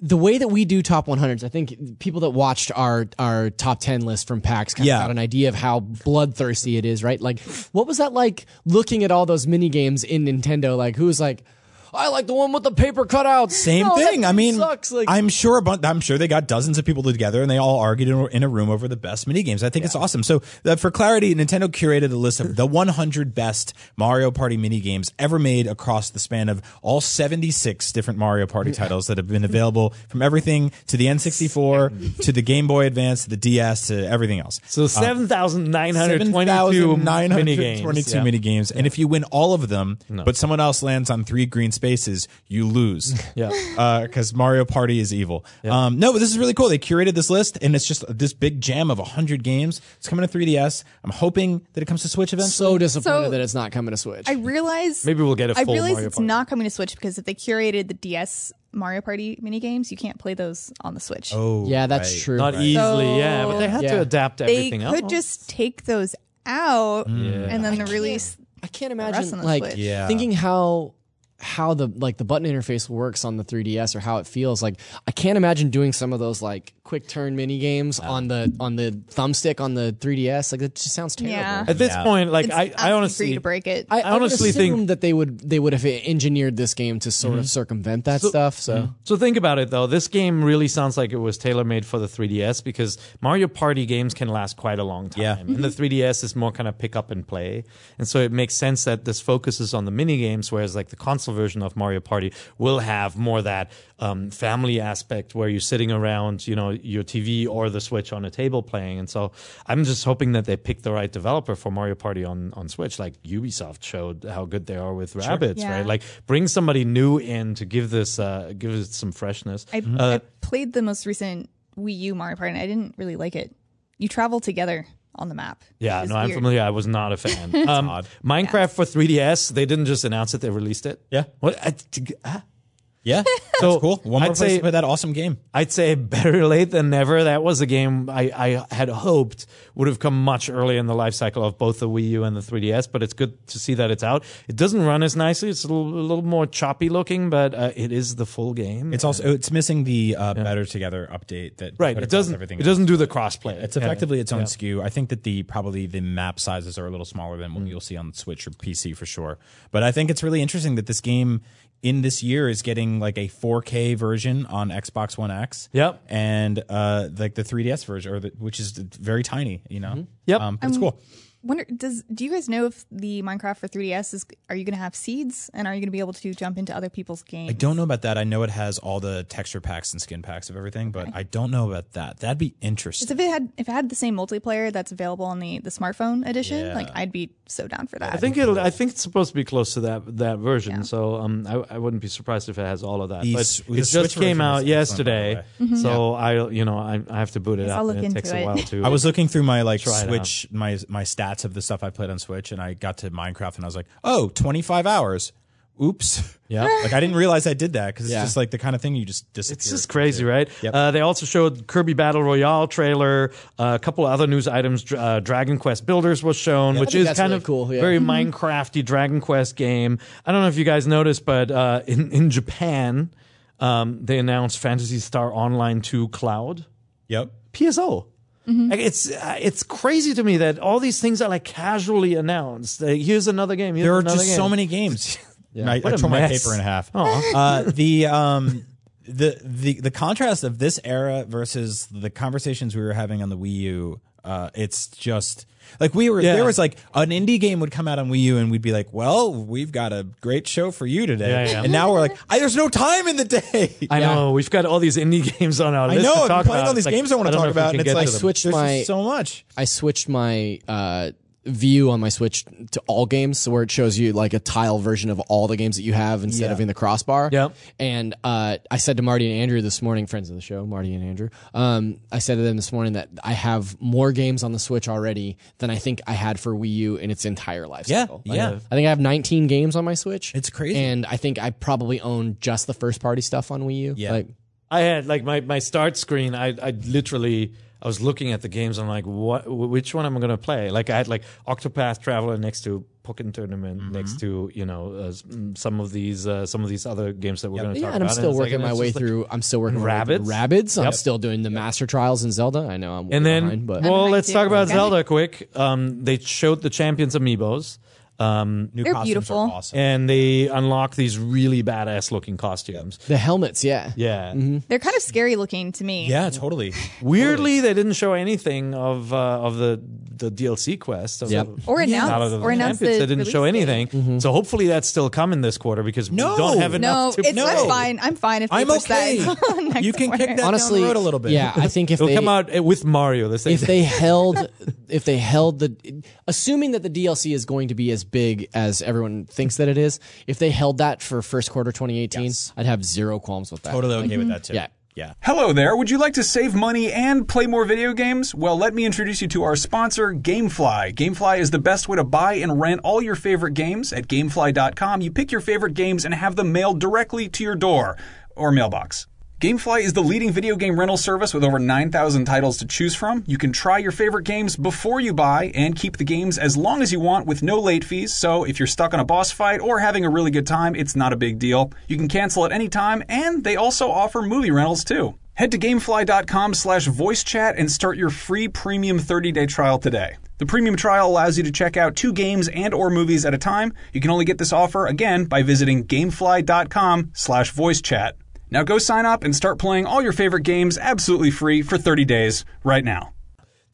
S5: the way that we do top 100s, I think people that watched our our top 10 list from PAX kind
S6: Yeah.
S5: of got an idea of how bloodthirsty it is, right? Like, what was that like looking at all those mini games in Nintendo? Like, who was like, I like the one with the paper cutouts.
S6: Same
S5: No, that
S6: thing. I mean,
S5: sucks. Like,
S6: I'm sure a bunch, I'm sure they got dozens of people together and they all argued in, in a room over the best mini games. I think it's awesome. So uh, for clarity, Nintendo curated a list of the 100 best Mario Party mini games ever made across the span of all 76 different Mario Party titles that have been available from everything to the N64 to the Game Boy Advance to the DS to everything else.
S3: So 7,922 mini games.
S6: 22
S3: yeah.
S6: mini games. And if you win all of them, but someone else lands on three green spaces, you lose.
S3: Yeah.
S6: Because Uh, Mario Party is evil. Um, no, but this is really cool. They curated this list, and it's just this big jam of 100 games. It's coming to 3DS. I'm hoping that it comes to Switch eventually.
S5: so disappointed
S2: So-
S5: that it's not coming to Switch.
S2: I realize
S3: Maybe we'll get a
S2: I
S3: full
S2: realize
S3: Mario
S2: it's
S3: Party.
S2: not coming to Switch because if they curated the DS Mario Party minigames, you can't play those on the Switch.
S6: Oh,
S5: yeah, that's true.
S3: Not
S6: Right.
S3: easily, yeah, but they had
S5: Yeah.
S3: to adapt
S2: they
S3: everything
S2: could
S3: else. Mm.
S2: just take those out and then release.
S5: I can't
S2: rest on
S5: imagine
S2: the
S5: like
S2: Switch.
S6: Yeah.
S5: thinking how how the like the button interface works on the 3DS or how it feels. Like I can't imagine doing some of those like quick turn mini games on the on the thumbstick on the 3DS. Like that just sounds terrible.
S2: Yeah.
S3: At this point, like
S2: It's
S3: I, I
S2: absolutely
S3: honestly
S2: free to break it.
S5: I, I honestly
S3: honestly think-
S5: think that they would they would have engineered this game to sort of circumvent that stuff. So
S3: So think about it though. This game really sounds like it was tailor made for the 3DS because Mario Party games can last quite a long time.
S6: Yeah.
S3: And the 3DS is more kind of pick up and play. And so it makes sense that this focuses on the mini games, whereas like the console version of Mario Party will have more that um, family aspect where you're sitting around, you know, your TV or the Switch on a table playing. And so I'm just hoping that they pick the right developer for Mario Party on, on Switch, like Ubisoft showed how good they are with rabbits,
S2: Yeah.
S3: right? Like bring somebody new in to give this uh, give it some freshness.
S2: I, I played the most recent Wii U Mario Party and I didn't really like it. You travel together on the map.
S3: yeah,
S2: which is
S3: no, I'm
S2: weird.
S3: familiar. I was not a fan. um,
S6: odd.
S3: Minecraft for 3DS, they didn't just announce it; they released it.
S6: Yeah.
S3: What? I, t- ah.
S6: Yeah.
S3: So,
S6: that's cool. One more
S3: I'd
S6: place
S3: say-
S6: to play that awesome game.
S3: I'd say better late than never. That was a game I, I had hoped would have come much earlier in the life cycle of both the Wii U and the 3DS, but it's good to see that it's out. It doesn't run as nicely. It's a little, a little more choppy looking, but uh, it is the full game.
S6: It's also it's missing the uh, Better Together update that
S3: right.
S6: put
S3: It
S6: across
S3: doesn't.
S6: everything
S3: It
S6: else.
S3: doesn't do the crossplay.
S6: It's effectively its own SKU. I think that the probably the map sizes are a little smaller than
S3: Mm.
S6: what you'll see on Switch or PC for sure. But I think it's really interesting that this game in this year is getting like a 4K version on Xbox One X.
S3: Yep.
S6: And uh, like the 3DS version, or the, which is very tiny. You know.
S3: Mm-hmm. Yep.
S6: Um, but it's cool.
S2: Wonder does do you guys know if the Minecraft for 3DS is are you going to have seeds and are you going to be able to jump into other people's games?
S6: I don't know about that. I know it has all the texture packs and skin packs of everything, but I don't know about that. That'd be interesting.
S2: If it had if it had the same multiplayer that's available on the the smartphone edition, like I'd be so down for that.
S3: I think it'll. I think it's supposed to be close to that that version. So um, I, I wouldn't be surprised if it has all of that.
S6: The
S3: but
S6: s- the
S3: it
S6: Switch
S3: just came
S6: version
S3: out
S6: is excellent, by the
S3: yesterday, so I you know I, I have to boot it
S2: Mm-hmm. I'll
S3: up.
S2: look
S3: and it
S2: into
S3: takes a
S2: it.
S3: while to.
S6: I was looking through my like
S3: Try it
S6: Switch my my stats of the stuff I played on Switch and I got to Minecraft and I was like, "Oh, 25 hours." Oops.
S3: Yeah.
S6: like I didn't realize I did that cuz it's
S5: Yeah.
S6: just like the kind of thing you just disappear.
S3: It's just crazy, right? Uh, they also showed Kirby Battle Royale trailer, uh, a couple of other news items. Dr- Uh, Dragon Quest Builders was shown, which
S5: think
S3: is
S5: that's
S3: kind
S5: really
S3: of
S5: cool, yeah.
S3: very
S2: Mm-hmm.
S3: Minecrafty Dragon Quest game. I don't know if you guys noticed, but uh, in in Japan, um, they announced Fantasy Star Online 2 Cloud.
S6: Yep.
S3: PSO. Like it's uh, it's crazy to me that all these things are like casually announced. Like, here's another game. Here's
S6: There are
S3: another
S6: just
S3: game.
S6: so many games. I, I
S3: What a
S6: tore my
S3: mess.
S6: paper in half. Uh, the um the the the contrast of this era versus the conversations we were having on the Wii U Uh, it's just like we were.
S3: Yeah.
S6: There was like an indie game would come out on Wii U, and we'd be like, "Well, we've got a great show for you today."
S3: Yeah, yeah.
S6: And now we're like, I, "There's no time in the day."
S3: I know we've got all these indie games on our
S6: I
S3: list.
S6: know.
S3: to
S6: I've been
S3: talk
S6: playing
S3: about.
S6: all these
S3: It's like,
S6: games I want
S3: I
S6: to
S3: don't
S6: talk
S3: know if we
S6: about,
S3: can
S6: and it's
S3: get
S6: like
S3: to them.
S5: switched
S6: there's
S5: my-
S6: just so much.
S5: I switched my uh, view on my Switch to all games, so where it shows you like a tile version of all the games that you have instead of in the crossbar.
S3: Yep.
S5: And uh, I said to Marty and Andrew this morning, friends of the show, Marty and Andrew, um, I said to them this morning that I have more games on the Switch already than I think I had for Wii U in its entire life cycle.
S6: Yeah, yeah.
S5: I think I have 19 games on my Switch.
S6: It's crazy.
S5: And I think I probably own just the first party stuff on Wii U.
S6: Yeah.
S5: Like,
S3: I had like my, my start screen. I I literally I was looking at the games. I'm like, what? wh- Which one am I gonna play? Like I had like Octopath Traveler next to Pokken Tournament,
S6: Mm-hmm.
S3: next to you know uh, s- mm, some of these uh, some of these other games that we're gonna
S5: Yeah,
S3: talk
S5: and I'm
S3: about. in
S5: still
S3: a
S5: working
S3: second.
S5: my
S3: It's
S5: way
S3: just like-
S5: through. I'm still working my way through
S3: Rabbids?
S5: Rabbids. I'm still doing the Master Trials in Zelda. I know I'm way
S3: And then,
S5: behind, but
S2: I
S3: well,
S2: might
S3: let's
S2: do
S3: talk about
S2: okay.
S3: Zelda quick. Um, they showed the Champions Amiibos. Um,
S6: New
S2: They're
S6: costumes
S2: beautiful.
S6: are awesome.
S3: and they unlock these really badass looking costumes.
S5: the helmets, yeah.
S3: Yeah.
S5: Mm-hmm.
S2: They're kind of scary looking to me.
S6: Yeah, totally.
S3: Weirdly, they didn't show anything of uh, of the the DLC quest. Of
S5: Yep. Mm-hmm.
S3: the-
S2: Or
S3: Yeah.
S2: announce-
S3: Ballad of
S2: or
S3: Champions.
S2: announce the
S3: They didn't
S2: release
S3: show
S2: date.
S3: anything. So hopefully that's still coming this quarter because
S6: No.
S3: we don't have
S2: No,
S3: enough to
S2: it's
S3: play.
S2: that's fine. I'm fine if they
S6: I'm
S2: push
S6: okay.
S2: that. next
S6: You can
S2: quarter.
S6: kick that
S5: Honestly,
S6: down the road a little bit.
S5: Yeah, I think if
S3: It'll
S5: they
S3: come out uh, with Mario. The same
S5: if
S3: thing.
S5: they held if they held the assuming that the DLC is going to be as big as everyone thinks that it is, if they held that for first quarter 2018, I'd have zero qualms with that.
S6: totally okay
S3: Mm-hmm.
S6: with that too.
S5: Yeah.
S6: yeah.
S1: Hello there. Would you like to save money and play more video games? Well, let me introduce you to our sponsor, Gamefly. Gamefly is the best way to buy and rent all your favorite games. At gamefly.com, you pick your favorite games and have them mailed directly to your door or mailbox. Gamefly is the leading video game rental service with over 9,000 titles to choose from. You can try your favorite games before you buy and keep the games as long as you want with no late fees. So, if you're stuck on a boss fight or having a really good time, it's not a big deal. You can cancel at any time, and they also offer movie rentals too. Head to gamefly.com slash voice chat and start your free premium 30-day trial today. The premium trial allows you to check out two games and or movies at a time. You can only get this offer again by visiting gamefly.com slash voice chat. Now go sign up and start playing all your favorite games absolutely free for 30 days right now.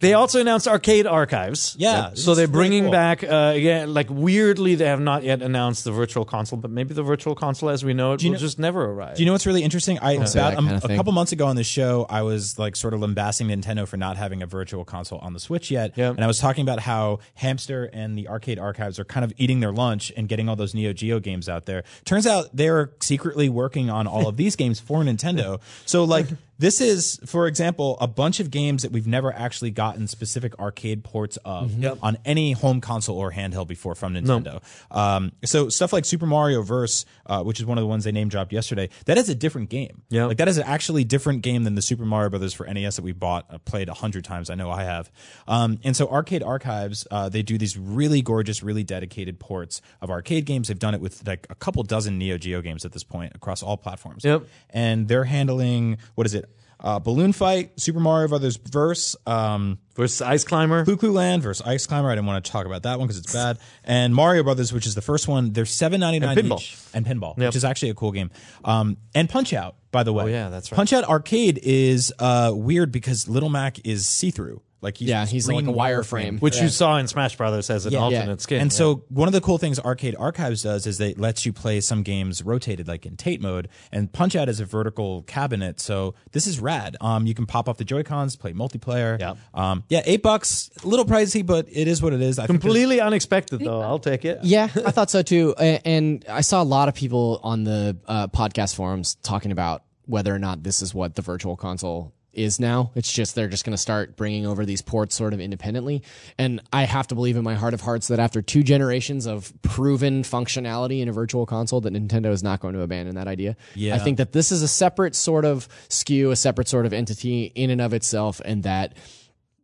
S3: They also announced Arcade Archives.
S6: Yeah,
S3: So
S6: this
S3: they're
S6: is really
S3: bringing
S6: cool.
S3: back, uh, again, like weirdly, they have not yet announced the virtual console, but maybe the virtual console as we know it will
S6: know-
S3: just never arrive.
S6: Do you know what's really interesting? I
S5: say
S6: about
S5: that
S6: um,
S5: kinda
S6: a
S5: thing.
S6: couple months ago on this show, I was like sort of lambasting Nintendo for not having a virtual console on the Switch yet,
S3: Yeah.
S6: and I was talking about how Hamster and the Arcade Archives are kind of eating their lunch and getting all those Neo Geo games out there. Turns out they're secretly working on all of these games for Nintendo. So like. This is, for example, a bunch of games that we've never actually gotten specific arcade ports of
S5: Mm-hmm.
S6: on any home console or handheld before from Nintendo. Um, so stuff like Super Mario Verse, uh, which is one of the ones they name dropped yesterday, that is a different game.
S3: Yeah.
S6: like that is an actually different game than the Super Mario Brothers for NES that we bought uh, played a hundred times. I know I have. Um, and so Arcade Archives, uh, they do these really gorgeous, really dedicated ports of arcade games. They've done it with like a couple dozen Neo Geo games at this point across all platforms.
S3: Yep.
S6: And they're handling what is it? Uh, Balloon Fight, Super Mario Brothers Verse, um,
S3: Versus Ice Climber.
S6: Clue Clue Land versus Ice Climber. I didn't want to talk about that one because it's bad. And Mario Brothers, which is the first one, they're seven ninety nine
S3: And Pinball.
S6: each, and Pinball,
S3: Yep.
S6: which is actually a cool game. Um, and Punch Out, by the way. Oh
S3: yeah, that's right.
S6: Punch Out Arcade is uh, weird because Little Mac is see through. Like he's
S5: Yeah,
S6: this
S5: he's
S6: green
S5: like a wireframe.
S3: which you saw in Smash Brothers as an alternate
S5: yeah.
S3: skin.
S6: and
S3: yeah.
S6: so one of the cool things Arcade Archives does is they lets you play some games rotated, like in Tate mode. And Punch Out is a vertical cabinet, so this is rad. Um, you can pop off the Joy Cons, play multiplayer.
S3: Yep.
S6: Um, yeah, eight bucks, a little pricey, but it is what it is. I think there's-
S3: completely unexpected though. I'll take it.
S5: Yeah, I thought so too. A- And I saw a lot of people on the uh, podcast forums talking about whether or not this is what the virtual console is now. It's just they're just going to start bringing over these ports sort of independently. And I have to believe in my heart of hearts that after two generations of proven functionality in a virtual console, that Nintendo is not going to abandon that idea. Yeah. I think that this is a separate sort of skew, a separate sort of entity in and of itself, and that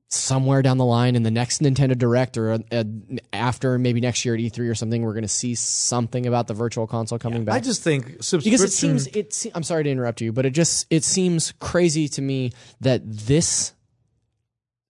S5: somewhere down the line in the next Nintendo Direct or uh, after maybe next year at E3 or something, we're going to see something about the Virtual Console coming back.
S3: I just think subscription.
S5: because it seems it. Se- I'm sorry to interrupt you, but it just it seems crazy to me that this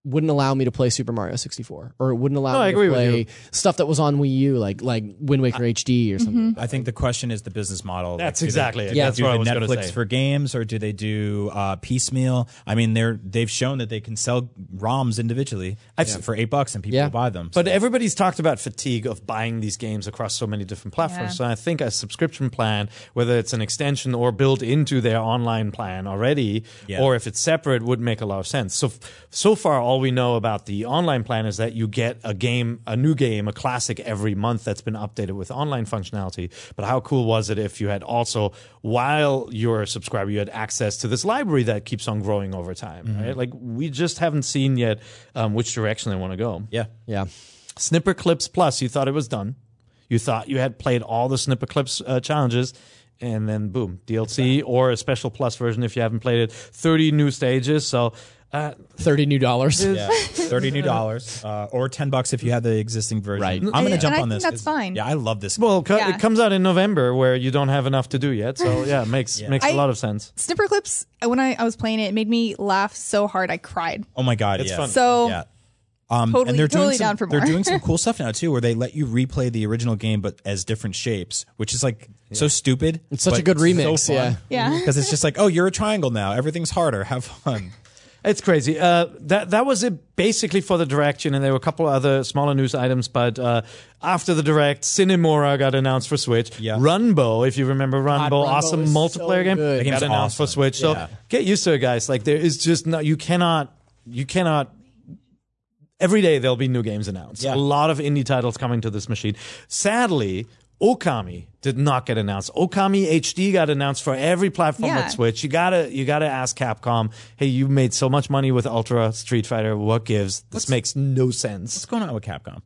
S5: wouldn't allow me to play Super Mario 64 or it wouldn't allow
S3: No, I
S5: me
S3: agree
S5: to
S3: with
S5: play
S3: you.
S5: stuff that was on Wii U like like Wind Waker HD or something.
S6: I think the question is the business model.
S3: That's
S6: do they-
S3: exactly it.
S6: do they
S3: That's
S6: do
S3: what I
S6: the
S3: was gonna
S6: Netflix
S3: say.
S6: for games, or do they do uh, piecemeal? I mean, they're they've shown that they can sell ROMs individually for eight bucks, and people
S5: Yeah.
S6: will buy them.
S3: But everybody's talked about fatigue of buying these games across so many different platforms. So
S2: Yeah.
S3: I think a subscription plan, whether it's an extension or built into their online plan already,
S6: Yeah.
S3: or if it's separate, would make a lot of sense. So f- so far, all we know about the online plan is that you get a game, a new game, a classic every month that's been updated with online functionality. But how cool was it if you had also, while you're a subscriber, you had access to this library that keeps on growing over time, right? Like we just haven't seen yet um, which direction they want to go.
S6: yeah,
S5: Yeah.
S3: Snipper Clips Plus. You thought it was done. You thought you had played all the Snipper Clips uh, challenges, and then boom, DLC or a special plus version if you haven't played it. 30 new stages. So, uh,
S5: 30 new dollars.
S6: yeah, thirty new dollars uh, or ten bucks if you have the existing version.
S5: Right.
S6: I'm gonna
S2: And-
S6: jump
S2: and I
S6: on
S2: think
S6: this.
S2: that's
S6: 'cause-
S2: fine.
S6: Yeah, I love this.
S3: well, co-
S2: Yeah.
S3: it comes out in November where you don't have enough to do yet. So, yeah, it makes, makes a
S2: I-
S3: lot of sense.
S2: Snipper clips. uh, When I, I was playing it, it made me laugh so hard I cried.
S6: oh my god,
S3: It's
S6: yeah.
S3: fun.
S2: So
S6: yeah. Um,
S2: totally-
S6: and they're
S2: totally
S6: doing some,
S2: down for
S6: They're
S2: more.
S6: doing some cool stuff now too, where they let you replay the original game but as different shapes, which is like so stupid.
S5: It's such a
S6: but
S5: good
S6: so
S5: remix,
S6: fun.
S5: yeah.
S2: Yeah.
S6: because it's just like, oh, you're a triangle now. Everything's harder. Have fun.
S3: It's crazy. Uh, that that was it basically for the direction, and there were a couple other smaller news items. But uh, after the direct, Cinemora got announced for Switch.
S6: Yeah.
S3: Runbo, if you remember Runbo,
S5: Runbo
S3: awesome
S5: is
S3: multiplayer
S5: so
S3: game,
S5: good. That
S3: got
S6: game's
S3: announced for
S6: awesome.
S3: Switch. So
S6: Yeah.
S3: get used to it, guys. Like there is just no, you cannot, you cannot. Every day there'll be new games announced. A
S6: Yeah.
S3: lot of indie titles coming to this machine. Sadly. Okami did not get announced. Okami HD got announced for every platform
S2: Yeah.
S3: but Switch. Switch. You gotta you gotta ask Capcom, hey, you made so much money with Ultra Street Fighter, what gives? This makes no sense.
S6: What's going on with Capcom?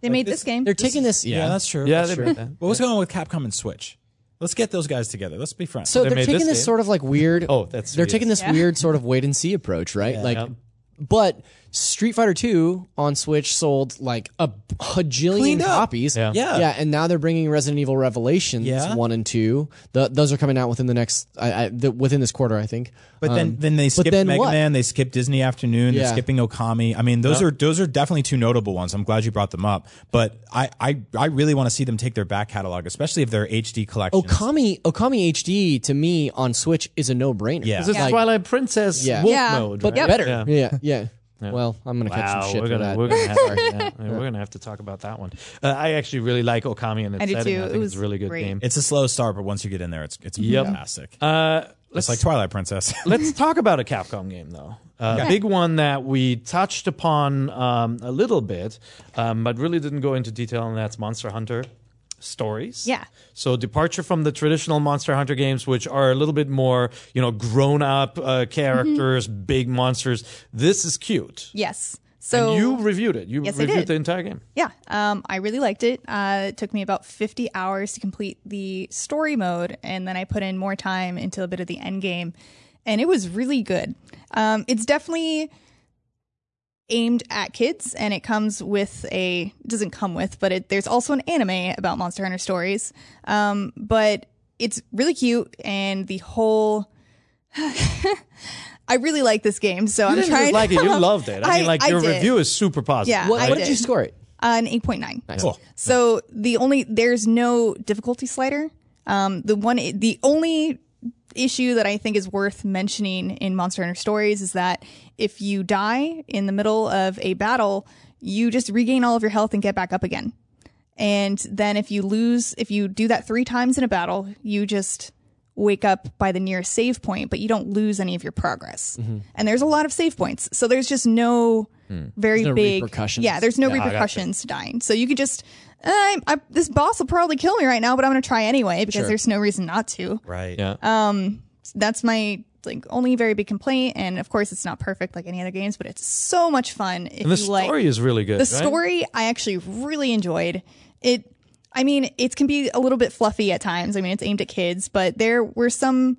S2: They made this, game.
S5: They're taking this yeah.
S6: Yeah, that's true.
S3: Yeah,
S6: that's
S3: they
S6: true.
S3: made that.
S6: But what's going on with Capcom and Switch? Let's get those guys together. Let's be friends.
S5: so
S3: they
S5: they're
S3: made
S5: taking
S3: this
S5: this,
S3: game.
S5: sort of like weird
S3: Oh, that's
S5: they're
S3: serious.
S5: taking this
S2: Yeah.
S5: weird sort of wait and see approach, right? Like
S3: Yep.
S5: but Street Fighter 2 on Switch sold like a hajillion
S6: Cleaned up.
S5: copies.
S3: Yeah.
S6: Yeah.
S5: Yeah, and now they're bringing Resident Evil Revelations
S6: Yeah.
S5: 1 and 2. Th those are coming out within the next I, I, the, within this quarter, I think.
S6: but then, then they skipped
S5: Um, then
S6: Mega
S5: what?
S6: Man. They skipped Disney Afternoon. They're
S5: Yeah.
S6: skipping Okami. I mean, those are those are definitely two notable ones. I'm glad you brought them up. But I I, I really want to see them take their back catalog, especially if they're
S5: Oh,
S6: HD collections.
S5: Okami Okami HD to me on Switch is a no-brainer.
S6: Yeah.
S3: This is
S5: Like-
S3: Twilight Princess
S5: Yeah.
S3: wolf
S2: Yeah.
S3: mode,
S5: but
S3: right?
S5: better.
S3: Yeah.
S5: Yeah. Yeah. Well, I'm gonna catch
S3: Wow,
S5: some shit
S3: we're
S5: for
S3: gonna
S5: that.
S3: we're gonna have to, yeah, we're gonna have to talk about that one. Uh, I actually really like Okami and its
S2: I do
S3: setting.
S2: too.
S3: I
S2: It
S3: think it's
S2: was
S3: a really good
S2: great.
S3: game.
S6: It's a slow start, but once you get in there, it's it's fantastic.
S3: Uh,
S6: it's
S3: let's
S6: like Twilight Princess.
S3: let's talk about a Capcom game though. Uh, Big one that we touched upon um, a little bit, um, but really didn't go into detail, and that's Monster Hunter Stories.
S2: Yeah.
S3: So departure from the traditional Monster Hunter games, which are a little bit more, you know, grown up uh, characters,
S2: Mm-hmm.
S3: big monsters. This is cute.
S2: yes. So
S3: and you reviewed it. You
S2: Yes, I
S3: reviewed
S2: did.
S3: the entire game.
S2: Yeah, um, I really liked it. Uh, it took me about 50 hours to complete the story mode, and then I put in more time into a bit of the end game, and it was really good. Um, it's definitely aimed at kids, and it comes with a doesn't come with, but it, there's also an anime about Monster Hunter stories. Um, but it's really cute, and the whole. I really like this game, so
S3: You
S2: I'm
S3: didn't
S2: trying.
S3: just like it. You
S2: to-
S3: loved it. I, mean, like your
S2: did.
S3: review is super positive.
S2: Yeah,
S5: what
S2: I
S5: what did you
S2: did.
S5: score it?
S2: Uh, an 8.9.
S6: cool.
S2: So the only there's no difficulty slider. Um, the one the only issue that I think is worth mentioning in Monster Hunter Stories is that if you die in the middle of a battle, you just regain all of your health and get back up again. And then if you lose, if you do that three times in a battle, you just wake up by the nearest save point, but you don't lose any of your progress.
S5: Mm-hmm.
S2: And there's a lot of save points, so there's just no very
S5: Hmm. There's no
S2: big
S5: repercussions.
S2: Yeah, there's no
S3: gotcha.
S2: repercussions to dying. So you could just. "Uh, I, I, this boss will probably kill me right now, but I'm going to try anyway because there's no reason not to.
S6: Right.
S3: Yeah.
S2: That's my like only very big complaint, and of course it's not perfect like any other games, but it's so much fun. If
S3: and the
S2: you
S3: story
S2: like,
S3: is really good.
S2: the
S3: right?
S2: story I actually really enjoyed. It I mean, it can be a little bit fluffy at times. I mean, it's aimed at kids, but there were some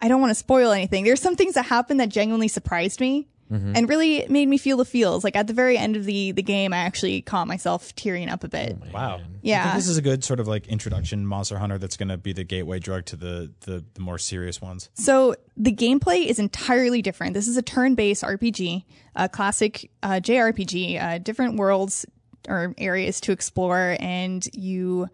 S2: I don't want to spoil anything. There's some things that happened that genuinely surprised me.
S3: Mm-hmm.
S2: and really made me feel the feels. Like at the very end of the the game, I actually caught myself tearing up a
S3: Oh
S2: bit.
S6: Wow. I
S2: Yeah.
S6: think this is a good sort of like introduction Monster Hunter that's going to be the gateway drug to the, the the more serious ones.
S2: So the gameplay is entirely different. This is a turn-based RPG, a classic uh, JRPG. Uh, different worlds or areas to explore, and you,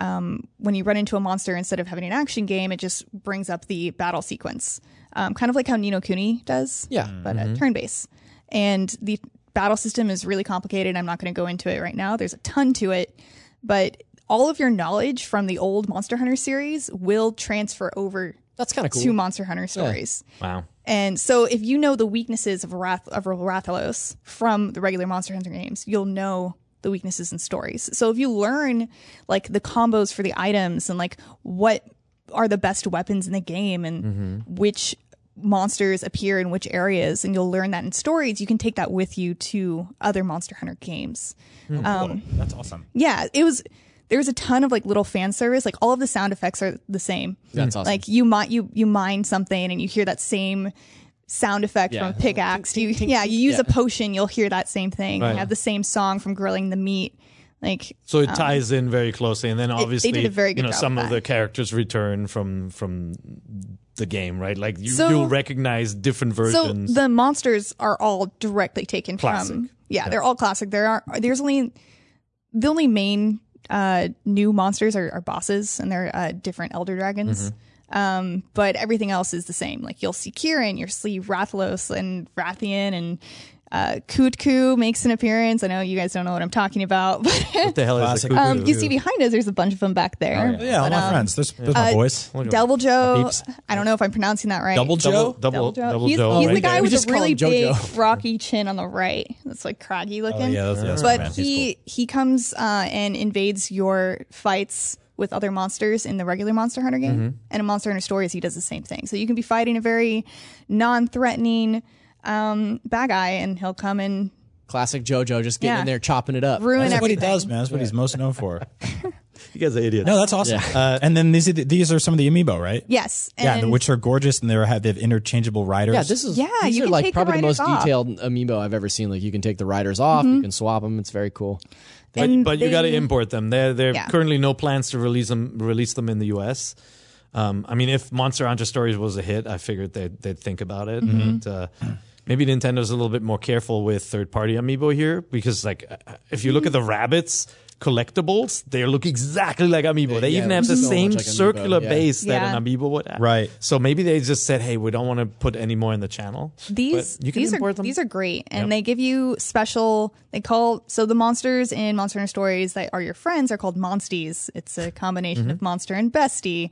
S2: um, when you run into a monster, instead of having an action game, it just brings up the battle sequence, um, kind of like how Nino Kuni does.
S5: Yeah.
S3: Mm.
S2: but uh, turn-based. And the battle system is really complicated. I'm not going to go into it right now. There's a ton to it, but all of your knowledge from the old Monster Hunter series will transfer over
S5: That's kind of cool.
S2: two Monster Hunter stories.
S4: Wow.
S2: And so if you know the weaknesses of Wrath of Rathalos from the regular Monster Hunter games, you'll know the weaknesses and stories. So if you learn like the combos for the items and like what are the best weapons in the game and which monsters appear in which areas and you'll learn that in stories, you can take that with you to other Monster Hunter games. Um,
S6: Whoa, that's awesome.
S2: Yeah, it was there was a ton of like little fan service. Like all of the sound effects are the same.
S5: That's awesome.
S2: Like you mi- you you mine something and you hear that same sound effect from a pickaxe. You yeah, you use a potion, you'll hear that same thing. You have the same song from grilling the meat. Like
S3: So it ties in very closely, and then obviously,
S2: um, did a very
S3: you
S2: good
S3: know,
S2: job
S3: some
S2: with
S3: of
S2: that.
S3: the characters return from from the game, right? Like you,
S2: So-
S3: you'll recognize different
S2: so
S3: versions.
S2: the monsters are all directly taken
S3: Classic.
S2: from yeah, they're all classic. There are there's only the only main uh new monsters are, are bosses and they're uh, different elder dragons. Um, but everything else is the same. Like you'll see Kieran, you'll see Rathalos and Rathian and uh, Kutku makes an appearance. I know you guys don't know what I'm talking about, but
S3: what the hell is
S6: Classic.
S3: the
S2: um, you see um, behind us, there's a bunch of them back there.
S6: Oh, Yeah, all my friends. There's, there's
S2: uh,
S6: my boys.
S2: Devil Joe,
S6: peeps.
S2: I don't know if I'm pronouncing that right.
S6: Double Joe?
S3: double double
S2: Joe.
S3: double
S2: he's,
S3: Joe,
S2: he's
S3: right?
S2: the guy
S5: We
S2: with
S5: just
S2: the
S5: call
S2: really
S5: him
S2: big,
S5: Jojo.
S2: rocky chin on the right. That's like craggy looking.
S6: Oh, yeah, that's, that's my
S2: but
S6: man. He's
S2: he he comes uh, and invades your fights with other monsters in the regular Monster Hunter game, and in Monster Hunter Stories he does the same thing. So you can be fighting a very non-threatening um, bad guy, and he'll come and
S5: Classic JoJo, just getting
S2: Yeah.
S5: in there chopping it up.
S2: ruin
S6: That's what he
S2: everything.
S6: does, man. That's what he's most known for.
S3: You guys are idiots.
S6: No, that's awesome. Uh, and then these are the, these are some of the amiibo, right?
S2: Yes,
S6: yeah,
S2: and-
S6: which are gorgeous, and they are- have they have interchangeable riders.
S5: Yeah, this is
S2: Yeah,
S5: These
S2: you
S5: are
S2: can
S5: like
S2: take the
S5: probably the
S2: riders
S5: most
S2: off. Mm-hmm.
S5: detailed amiibo I've ever seen. Like you can take the riders off, you can swap them. It's very cool.
S2: and
S3: but, but you got to
S2: they-
S3: import them. There, there are
S2: Yeah.
S3: currently no plans to release them. Release them in the U.S. Um, I mean, if Monster Hunter Stories was a hit, I figured they'd, they'd think about it. But, uh, maybe Nintendo's a little bit more careful with third-party amiibo here because, like, uh, if you look at the rabbits collectibles, they look exactly like amiibo. They
S5: yeah,
S3: even
S5: they
S3: have
S5: look
S3: the
S5: so much
S3: same
S5: like amiibo,
S3: circular
S5: yeah.
S3: base that
S2: Yeah.
S3: an amiibo would have.
S6: Right.
S3: So maybe they just said, "Hey, we don't want to put any more in the channel."
S2: These
S3: But you can
S2: these are
S3: import them.
S2: these are great, and they give you special. They call so the monsters in Monster Hunter Stories that are your friends are called monsties. It's a combination
S3: Mm-hmm.
S2: of monster and bestie.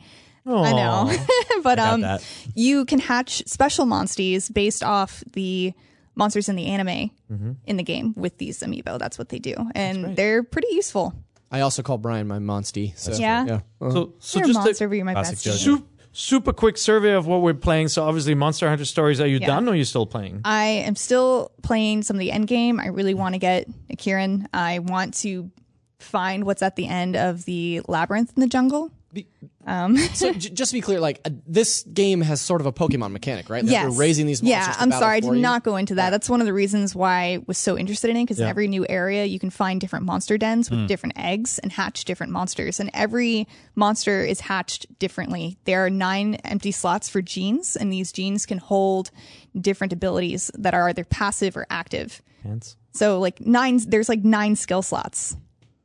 S2: I know, but um,
S6: that.
S2: you can hatch special monsties based off the monsters in the anime
S3: Mm-hmm.
S2: in the game with these amiibo. That's what they do, and they're pretty useful.
S5: I also call Brian my monstie. So
S2: Yeah.
S5: yeah.
S3: So, so
S2: You're a
S3: just to-
S2: monster, but you're my bestie.
S3: Sup- super quick survey of what we're playing. So obviously, Monster Hunter Stories. Are you done? or Are you still playing?
S2: I am still playing some of the end game. I really want to get a Kieran. I want to find what's at the end of the labyrinth in the jungle.
S5: so j- just to be clear, like uh, this game has sort of a Pokemon mechanic, right? Like, You're raising these monsters.
S2: Yeah,
S5: to
S2: I'm
S5: battle
S2: sorry, I
S5: for
S2: did
S5: you.
S2: not go into that. That's one of the reasons why I was so interested in it because in every new area you can find different monster dens
S5: Hmm.
S2: with different eggs and hatch different monsters. And every monster is hatched differently. There are nine empty slots for genes, and these genes can hold different abilities that are either passive or active.
S3: Pants
S2: So like nine, there's like nine skill slots,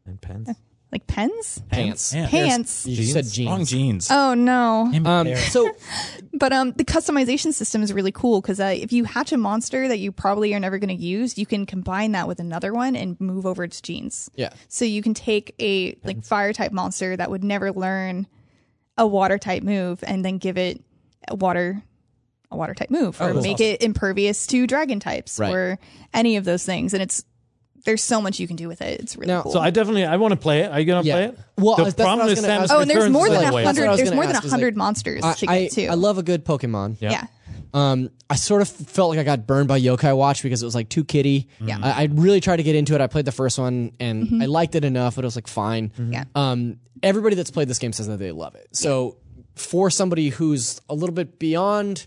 S3: and pants.
S2: like pens,
S5: pants.
S6: Yeah.
S2: pants.
S5: You said jeans.
S6: Long jeans.
S2: Oh no.
S5: Um, so
S2: But um, the customization system is really cool because uh, if you hatch a monster that you probably are never going to use, you can combine that with another one and move over its genes.
S5: yeah,
S2: So you can take a like fire type monster that would never learn a water type move and then give it a water a water type move or make it impervious to dragon types
S5: Oh, Right.
S2: or any of those things. And it's there's so much you can do with it. It's really
S5: Now-
S2: cool.
S3: So I definitely I want to play it. Are you gonna
S5: Yeah.
S3: play it?
S5: Well,
S3: the
S5: I- that's what I
S3: problem
S5: was
S3: is
S5: gonna
S3: Samus
S5: ask.
S2: oh, and there's
S3: returns
S2: more
S3: is
S2: than
S3: that
S2: a
S3: way.
S5: That's what I
S2: hundred.
S5: was
S2: There's
S5: gonna
S2: more than a
S5: ask, is, like,
S2: hundred monsters
S5: I,
S2: to
S5: I,
S2: get to.
S5: I love a good Pokemon.
S2: yeah.
S5: Um, I sort of felt like I got burned by Yokai Watch because it was like too kitty. Yeah. I, I really tried to get into it. I played the first one and I liked it enough, but it was like fine.
S2: Mm-hmm. Yeah.
S5: Um, everybody that's played this game says that they love it. So for somebody who's a little bit beyond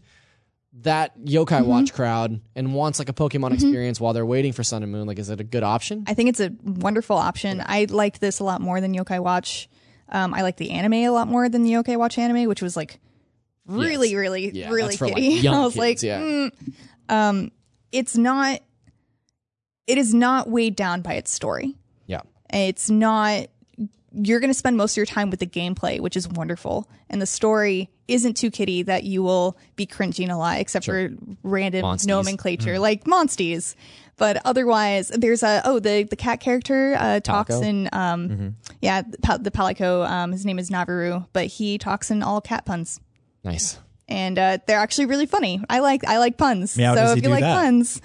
S5: that yokai
S2: Mm-hmm.
S5: watch crowd and wants like a Pokemon experience while they're waiting for Sun and Moon, like is it a good option?
S2: I think it's a wonderful option. I liked this a lot more than Yokai Watch. Um, I like the anime a lot more than the Yokai Watch anime, which was like really, really,
S5: yeah,
S2: really
S5: that's for
S2: kiddie.
S5: like young
S2: I was
S5: kids,
S2: like, mm.
S5: yeah.
S2: it's not. It is not weighed down by its story.
S5: yeah.
S2: It's not. You're going to spend most of your time with the gameplay, which is wonderful, and the story isn't too kitty that you will be cringing a lot, except for random
S5: Monsties.
S2: nomenclature like monsties. But otherwise, there's a oh the the cat character uh, talks
S5: Palico?
S2: in um yeah the, pal- the Palico um his name is Naviru, but he talks in all cat puns
S5: Nice.
S2: and uh, they're actually really funny. I like I like puns.
S6: Meow,
S2: so
S6: does
S2: if
S6: he
S2: you
S6: do
S2: like
S6: that?
S2: puns,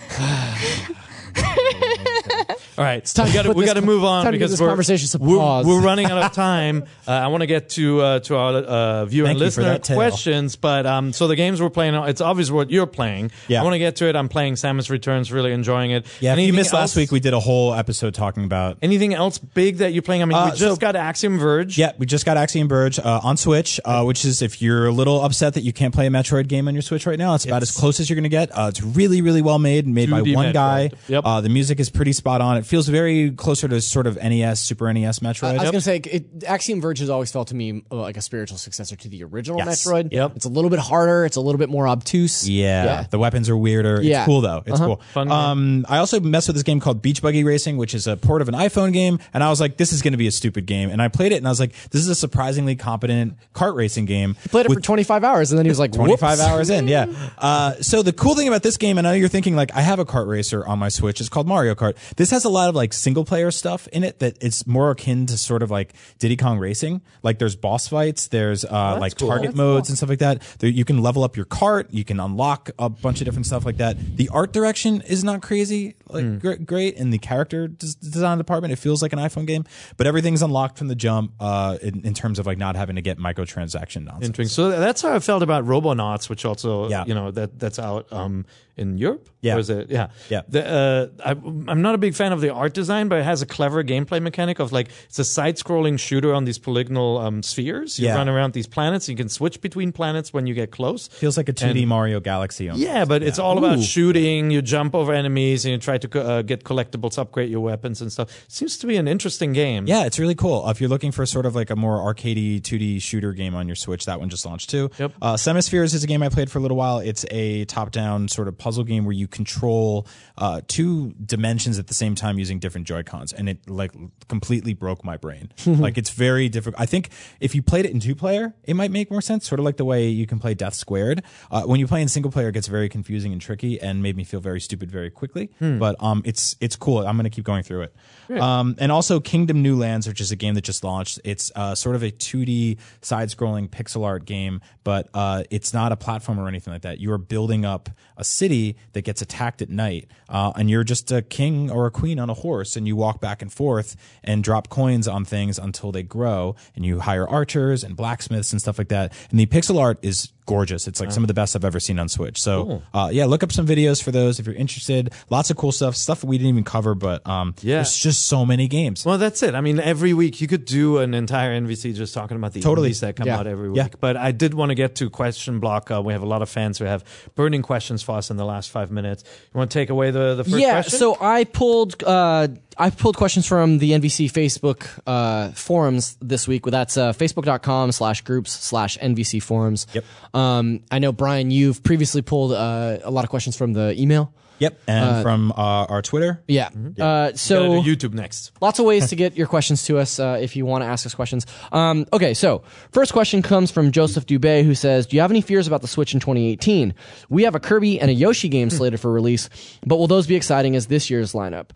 S3: All right, it's
S5: time
S3: time we got to
S5: to put
S3: we
S5: this-
S3: got to move on
S5: time to give
S3: because
S5: this
S3: we're,
S5: conversation some
S3: we're,
S5: pause.
S3: we're running out of time. uh, I want to get to uh, to our uh, viewer
S6: Thank
S3: and
S6: you for
S3: listener
S6: that tale.
S3: questions, but um, so the games we're playing, it's obvious what you're playing.
S6: Yeah.
S3: I want to get to it. I'm playing Samus Returns, really enjoying it.
S6: Yeah, if you
S3: Anything
S6: missed
S3: else-
S6: last week, we did a whole episode talking about
S3: Anything else big that you're playing? I mean, we
S6: Uh,
S3: just
S6: so-
S3: got Axiom Verge.
S6: Yeah, we just got Axiom Verge uh, on Switch, uh, which is if you're a little upset that you can't play a Metroid game on your Switch right now, it's about as close as you're going to get. Uh, it's really, really well made and made by
S3: 2D
S6: one
S3: Metroid.
S6: guy.
S3: Yep.
S6: Uh, the music is pretty spot on. It feels very closer to sort of NES, Super NES Metroid.
S5: I was gonna say, it, Axiom Verge has always felt to me uh, like a spiritual successor to the original
S6: Yes.
S5: Metroid.
S3: Yep.
S5: It's a little bit harder. It's a little bit more obtuse.
S6: Yeah, the weapons are weirder.
S5: Yeah.
S6: It's cool though. It's cool.
S3: Fun game.
S6: um, I also messed with this game called Beach Buggy Racing, which is a port of an iPhone game, and I was like, this is going to be a stupid game. And I played it, and I was like, this is a surprisingly competent kart racing game.
S5: Played it for 25 hours and then he was like,
S6: 25
S5: whoops.
S6: hours in, yeah. Uh, so the cool thing about this game, and I know you're thinking like, I have a kart racer on my Switch. It's called Mario Kart. This has a lot of like single player stuff in it that it's more akin to sort of like Diddy Kong Racing. Like there's boss fights, there's uh, like target modes and stuff like that. There, you can level up your cart, you can unlock a bunch of different stuff like that. The art direction is not crazy, like gr- great, and the character des- design department it feels like an iPhone game, but everything's unlocked from the jump uh, in, in terms of like not having to get microtransaction nonsense.
S3: Interesting. So that's how I felt about Robonauts, which also,
S6: Yeah.
S3: you know, that that's out um, in Europe.
S6: Yeah.
S3: Or is it? Yeah.
S6: Yeah.
S3: The, uh, I, I'm not a big fan of the art design, but it has a clever gameplay mechanic of like it's a side-scrolling shooter on these polygonal um, spheres. You
S6: Yeah.
S3: run around these planets. You can switch between planets when you get close.
S6: Feels like a 2D Mario Galaxy. Almost.
S3: Yeah, but it's all about shooting. You jump over enemies and you try to co- uh, get collectibles, upgrade your weapons and stuff. Seems to be an interesting game.
S6: Yeah, it's really cool. Uh, If you're looking for sort of like a more arcadey 2D shooter game on your Switch, that one just launched too.
S3: Yep.
S6: Uh, Semispheres is a game I played for a little while. It's a top-down sort of puzzle game where you control uh, two dimensions at the same time using different Joy Cons, and it like completely broke my brain. like it's very difficult. I think if you played it in two-player, it might make more sense. Sort of like the way you can play Death Squared. Uh, when you play in single-player, it gets very confusing and tricky, and made me feel very stupid very quickly.
S3: Hmm.
S6: But um, it's it's cool. I'm gonna keep going through it. Um, and also Kingdom New Lands, which is a game that just launched. It's uh, sort of a 2D side-scrolling pixel art game, but uh, it's not a platform or anything like that. You are building up a city that gets attacked at night, uh, and you're just a king or a queen on a horse, and you walk back and forth and drop coins on things until they grow, and you hire archers and blacksmiths and stuff like that. And the pixel art is gorgeous. It's like some of the best I've ever seen on Switch. So uh, yeah, look up some videos for those if you're interested. Lots of cool stuff, stuff that we didn't even cover, but um,
S3: Yeah.
S6: there's just so many games.
S3: Well, that's it. I mean, every week you could do an entire NVC just talking about the
S6: Totally.
S3: indies that come
S5: Yeah.
S3: out every week.
S6: Yeah.
S3: But I did want to get to question block. Uh, we have a lot of fans who have burning questions for us in the last five minutes. You want to take away the, the first
S5: yeah,
S3: question?
S5: so I pulled uh, I pulled questions from the NVC Facebook uh, forums this week. That's uh, facebook.com slash groups slash NVC forums.
S6: Yep.
S5: Um, I know, Brian, you've previously pulled uh, a lot of questions from the email.
S6: Yep, and from uh, our Twitter.
S5: Yeah. Uh,
S3: Mm-hmm. Gotta
S5: so
S3: do YouTube next.
S5: lots of ways to get your questions to us uh, if you want to ask us questions. Um, okay, so first question comes from Joseph Dubé, who says, "Do you have any fears about the Switch in 2018? We have a Kirby and a Yoshi game slated for release, but will those be exciting as this year's lineup?"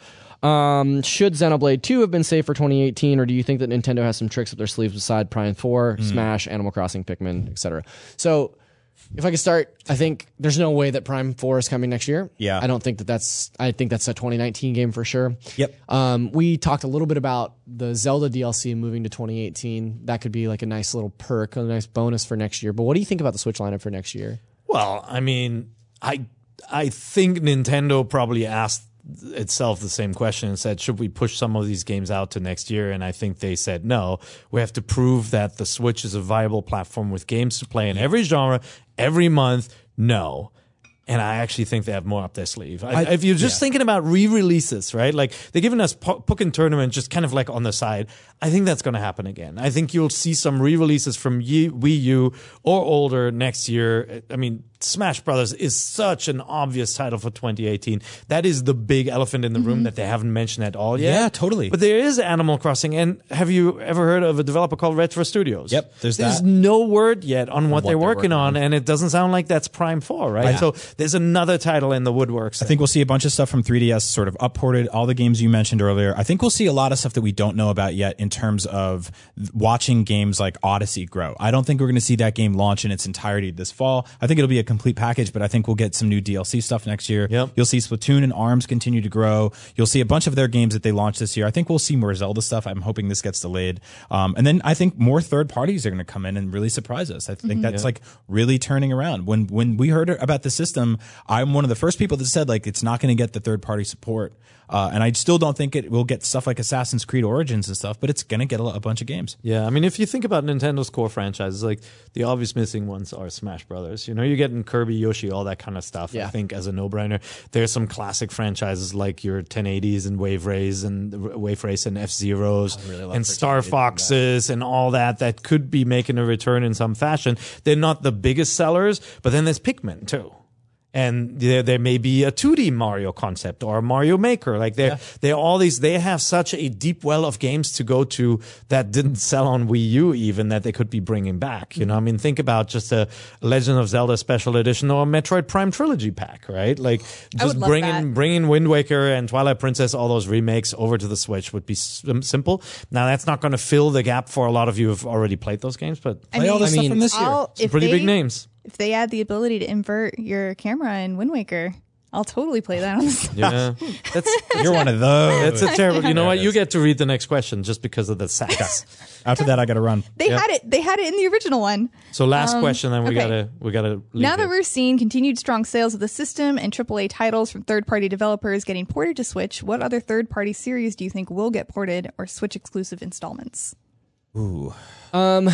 S5: Um, should Xenoblade 2 have been saved for 2018, or do you think that Nintendo has some tricks up their sleeves beside Prime 4, Smash, Animal Crossing, Pikmin, etc.? So, if I could start, I think there's no way that Prime 4 is coming next year.
S6: Yeah.
S5: I don't think that that's, I think that's a 2019 game for sure.
S6: Yep.
S5: Um, we talked a little bit about the Zelda DLC moving to 2018. That could be like a nice little perk, a nice bonus for next year. But what do you think about the Switch lineup for next year?
S3: Well, I mean, I I think Nintendo probably asked itself the same question and said, should we push some of these games out to next year? And I think they said no. We have to prove that the Switch is a viable platform with games to play in every genre, every month. No. And I actually think they have more up their sleeve. I, if you're just thinking about re-releases, right? Like they're giving us po- Pokken Tournament just kind of like on the side. I think that's going to happen again. I think you'll see some re-releases from Ye- Wii U or older next year. I mean, Smash Brothers is such an obvious title for 2018. That is the big elephant in the room that they haven't mentioned at all yet.
S6: Mm-hmm. Yeah, totally.
S3: But there is Animal Crossing, and have you ever heard of a developer called Retro Studios?
S6: Yep, there's that.
S3: no word yet on what, they're,
S5: they're
S3: working
S5: working
S3: on, and it doesn't sound like that's Prime Four, right? So there's another title in the woodworks.
S6: I think we'll see a bunch of stuff from 3DS sort of upported, all the games you mentioned earlier. I think we'll see a lot of stuff that we don't know about yet in terms of th- watching games like Odyssey grow. I don't think we're going to see that game launch in its entirety this fall. I think it'll be a complete package, but I think we'll get some new DLC stuff next year.
S3: Yep.
S6: You'll see Splatoon and ARMS continue to grow. You'll see a bunch of their games that they launched this year. I think we'll see more Zelda stuff. I'm hoping this gets delayed. Um, and then I think more third parties are going to come in and really surprise us. I think
S3: Mm-hmm.
S6: that's like really turning around. When when we heard about the system, I'm one of the first people that said like it's not going to get the third party support. Uh, and I still don't think it will get stuff like Assassin's Creed Origins and stuff, but it's going to get a, lo- a bunch of games.
S3: Yeah, I mean, if you think about Nintendo's core franchises, like the obvious missing ones are Smash Brothers. You know, you're getting Kirby, Yoshi, all that kind of stuff. I
S5: Yeah.
S3: think as a no-brainer, there's some classic franchises like your 1080s and Wave Rays and Wave Race and F Zeros and Star Foxes and all that that could be making a return in some fashion. They're not the biggest sellers, but then there's Pikmin too and there, there may be a 2D Mario concept or a Mario Maker. Like they're, they're all these, they have such a deep well of games to go to that didn't sell on Wii U even that they could be bringing back. You know, I mean, think about just a Legend of Zelda special edition or a Metroid Prime trilogy pack, right? Like just
S2: would love
S3: bringing,
S2: that.
S3: bringing Wind Waker and Twilight Princess, all those remakes over to the Switch would be sim- simple. Now that's not going to fill the gap for a lot of you who've already played those games, but
S2: I
S6: Play all
S5: I
S6: this stuff
S5: mean,
S6: from this year.
S2: I'll-
S3: some
S2: if
S3: pretty
S2: they-
S3: big names.
S2: If they add the ability to invert your camera in Wind Waker, I'll totally play that on the Switch.
S3: Yeah. that's,
S6: You're one of those.
S3: That's a terrible. You know
S6: Yeah,
S3: what? You
S6: that's-
S3: get to read the next question just because of the sex.
S6: After that, I got to run.
S2: They
S3: Yeah.
S2: had it. They had it in the original one.
S3: So last question, then we
S2: Um, okay.
S3: gotta we gotta. Leave
S2: Now that
S3: it.
S2: we're seeing continued strong sales of the system and AAA titles from third-party developers getting ported to Switch, what other third-party series do you think will get ported or Switch exclusive installments?
S5: And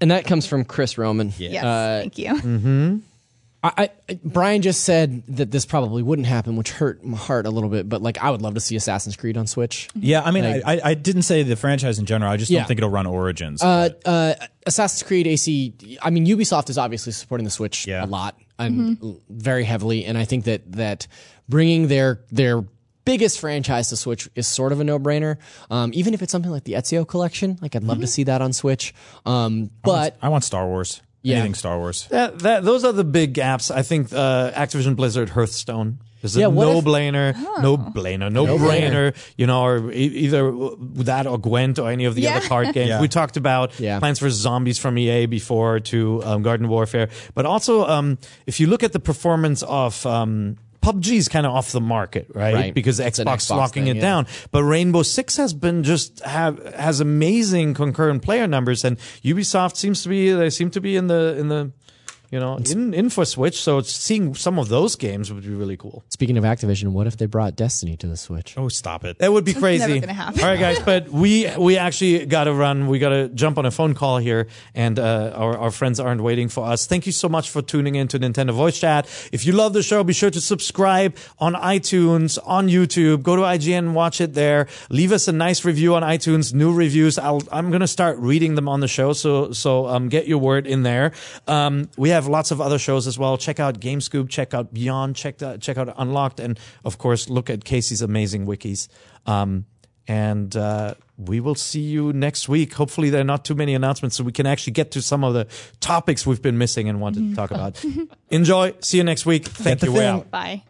S5: that comes from Chris Roman. Yeah.
S2: Yes, thank you.
S5: I, I Brian just said that this probably wouldn't happen, which hurt my heart a little bit. But like, I would love to see Assassin's Creed on Switch.
S6: Yeah, I mean, I, I, I didn't say the franchise in general. I just
S5: Yeah.
S6: don't think it'll run Origins.
S5: Uh, uh, Assassin's Creed AC. I mean, Ubisoft is obviously supporting the Switch
S6: Yeah.
S5: a lot and l- very heavily, and I think that that bringing their their biggest franchise to Switch is sort of a no brainer. Um, even if it's something like the Ezio collection, like I'd love to see that on Switch. Um, but
S6: I want Star Wars.
S5: Yeah.
S6: Anything Star Wars.
S3: that, that those are the big gaps. I think uh, Activision Blizzard Hearthstone is a
S5: Yeah, what
S3: no
S5: if-
S3: brainer,
S2: Oh.
S3: no brainer, no brainer. You know, or e- either that or Gwent or any of the
S2: Yeah.
S3: other card games.
S6: Yeah.
S3: We talked about
S5: Yeah.
S3: Plants vs Zombies from EA before to um, Garden Warfare, but also um, if you look at the performance of. Um, PUBG is kind of off the market, right?
S5: Right.
S3: Because
S5: It's an
S3: Xbox
S5: Xbox
S3: locking
S5: thing,
S3: it
S5: yeah.
S3: down. But Rainbow Six has been just have has amazing concurrent player numbers, and Ubisoft seems to be they seem to be in the in the you know in, in for Switch. So it's seeing some of those games would be really cool.
S5: speaking of Activision, what if they brought Destiny to the Switch?
S6: Oh, stop it.
S3: That would be crazy.
S2: never gonna happen.
S3: All right, guys, but we we actually got to run. We got to jump on a phone call here, and uh, our our friends aren't waiting for us. Thank you so much for tuning in to Nintendo Voice Chat. If you love the show, be sure to subscribe on iTunes, on YouTube. Go to IGN, watch it there. Leave us a nice review on iTunes. New reviews. I'll, I'm gonna start reading them on the show. So so um, get your word in there. Um, we have lots of other shows as well. Check out Game Scoop. Check out Beyond. Check out, check out Unlocked, and of course look at Casey's amazing wikis. Um, and uh, we will see you next week. Hopefully, there are not too many announcements, so we can actually get to some of the topics we've been missing and wanted to talk about. Enjoy. See you next week. Thank you. We're out.
S2: Bye.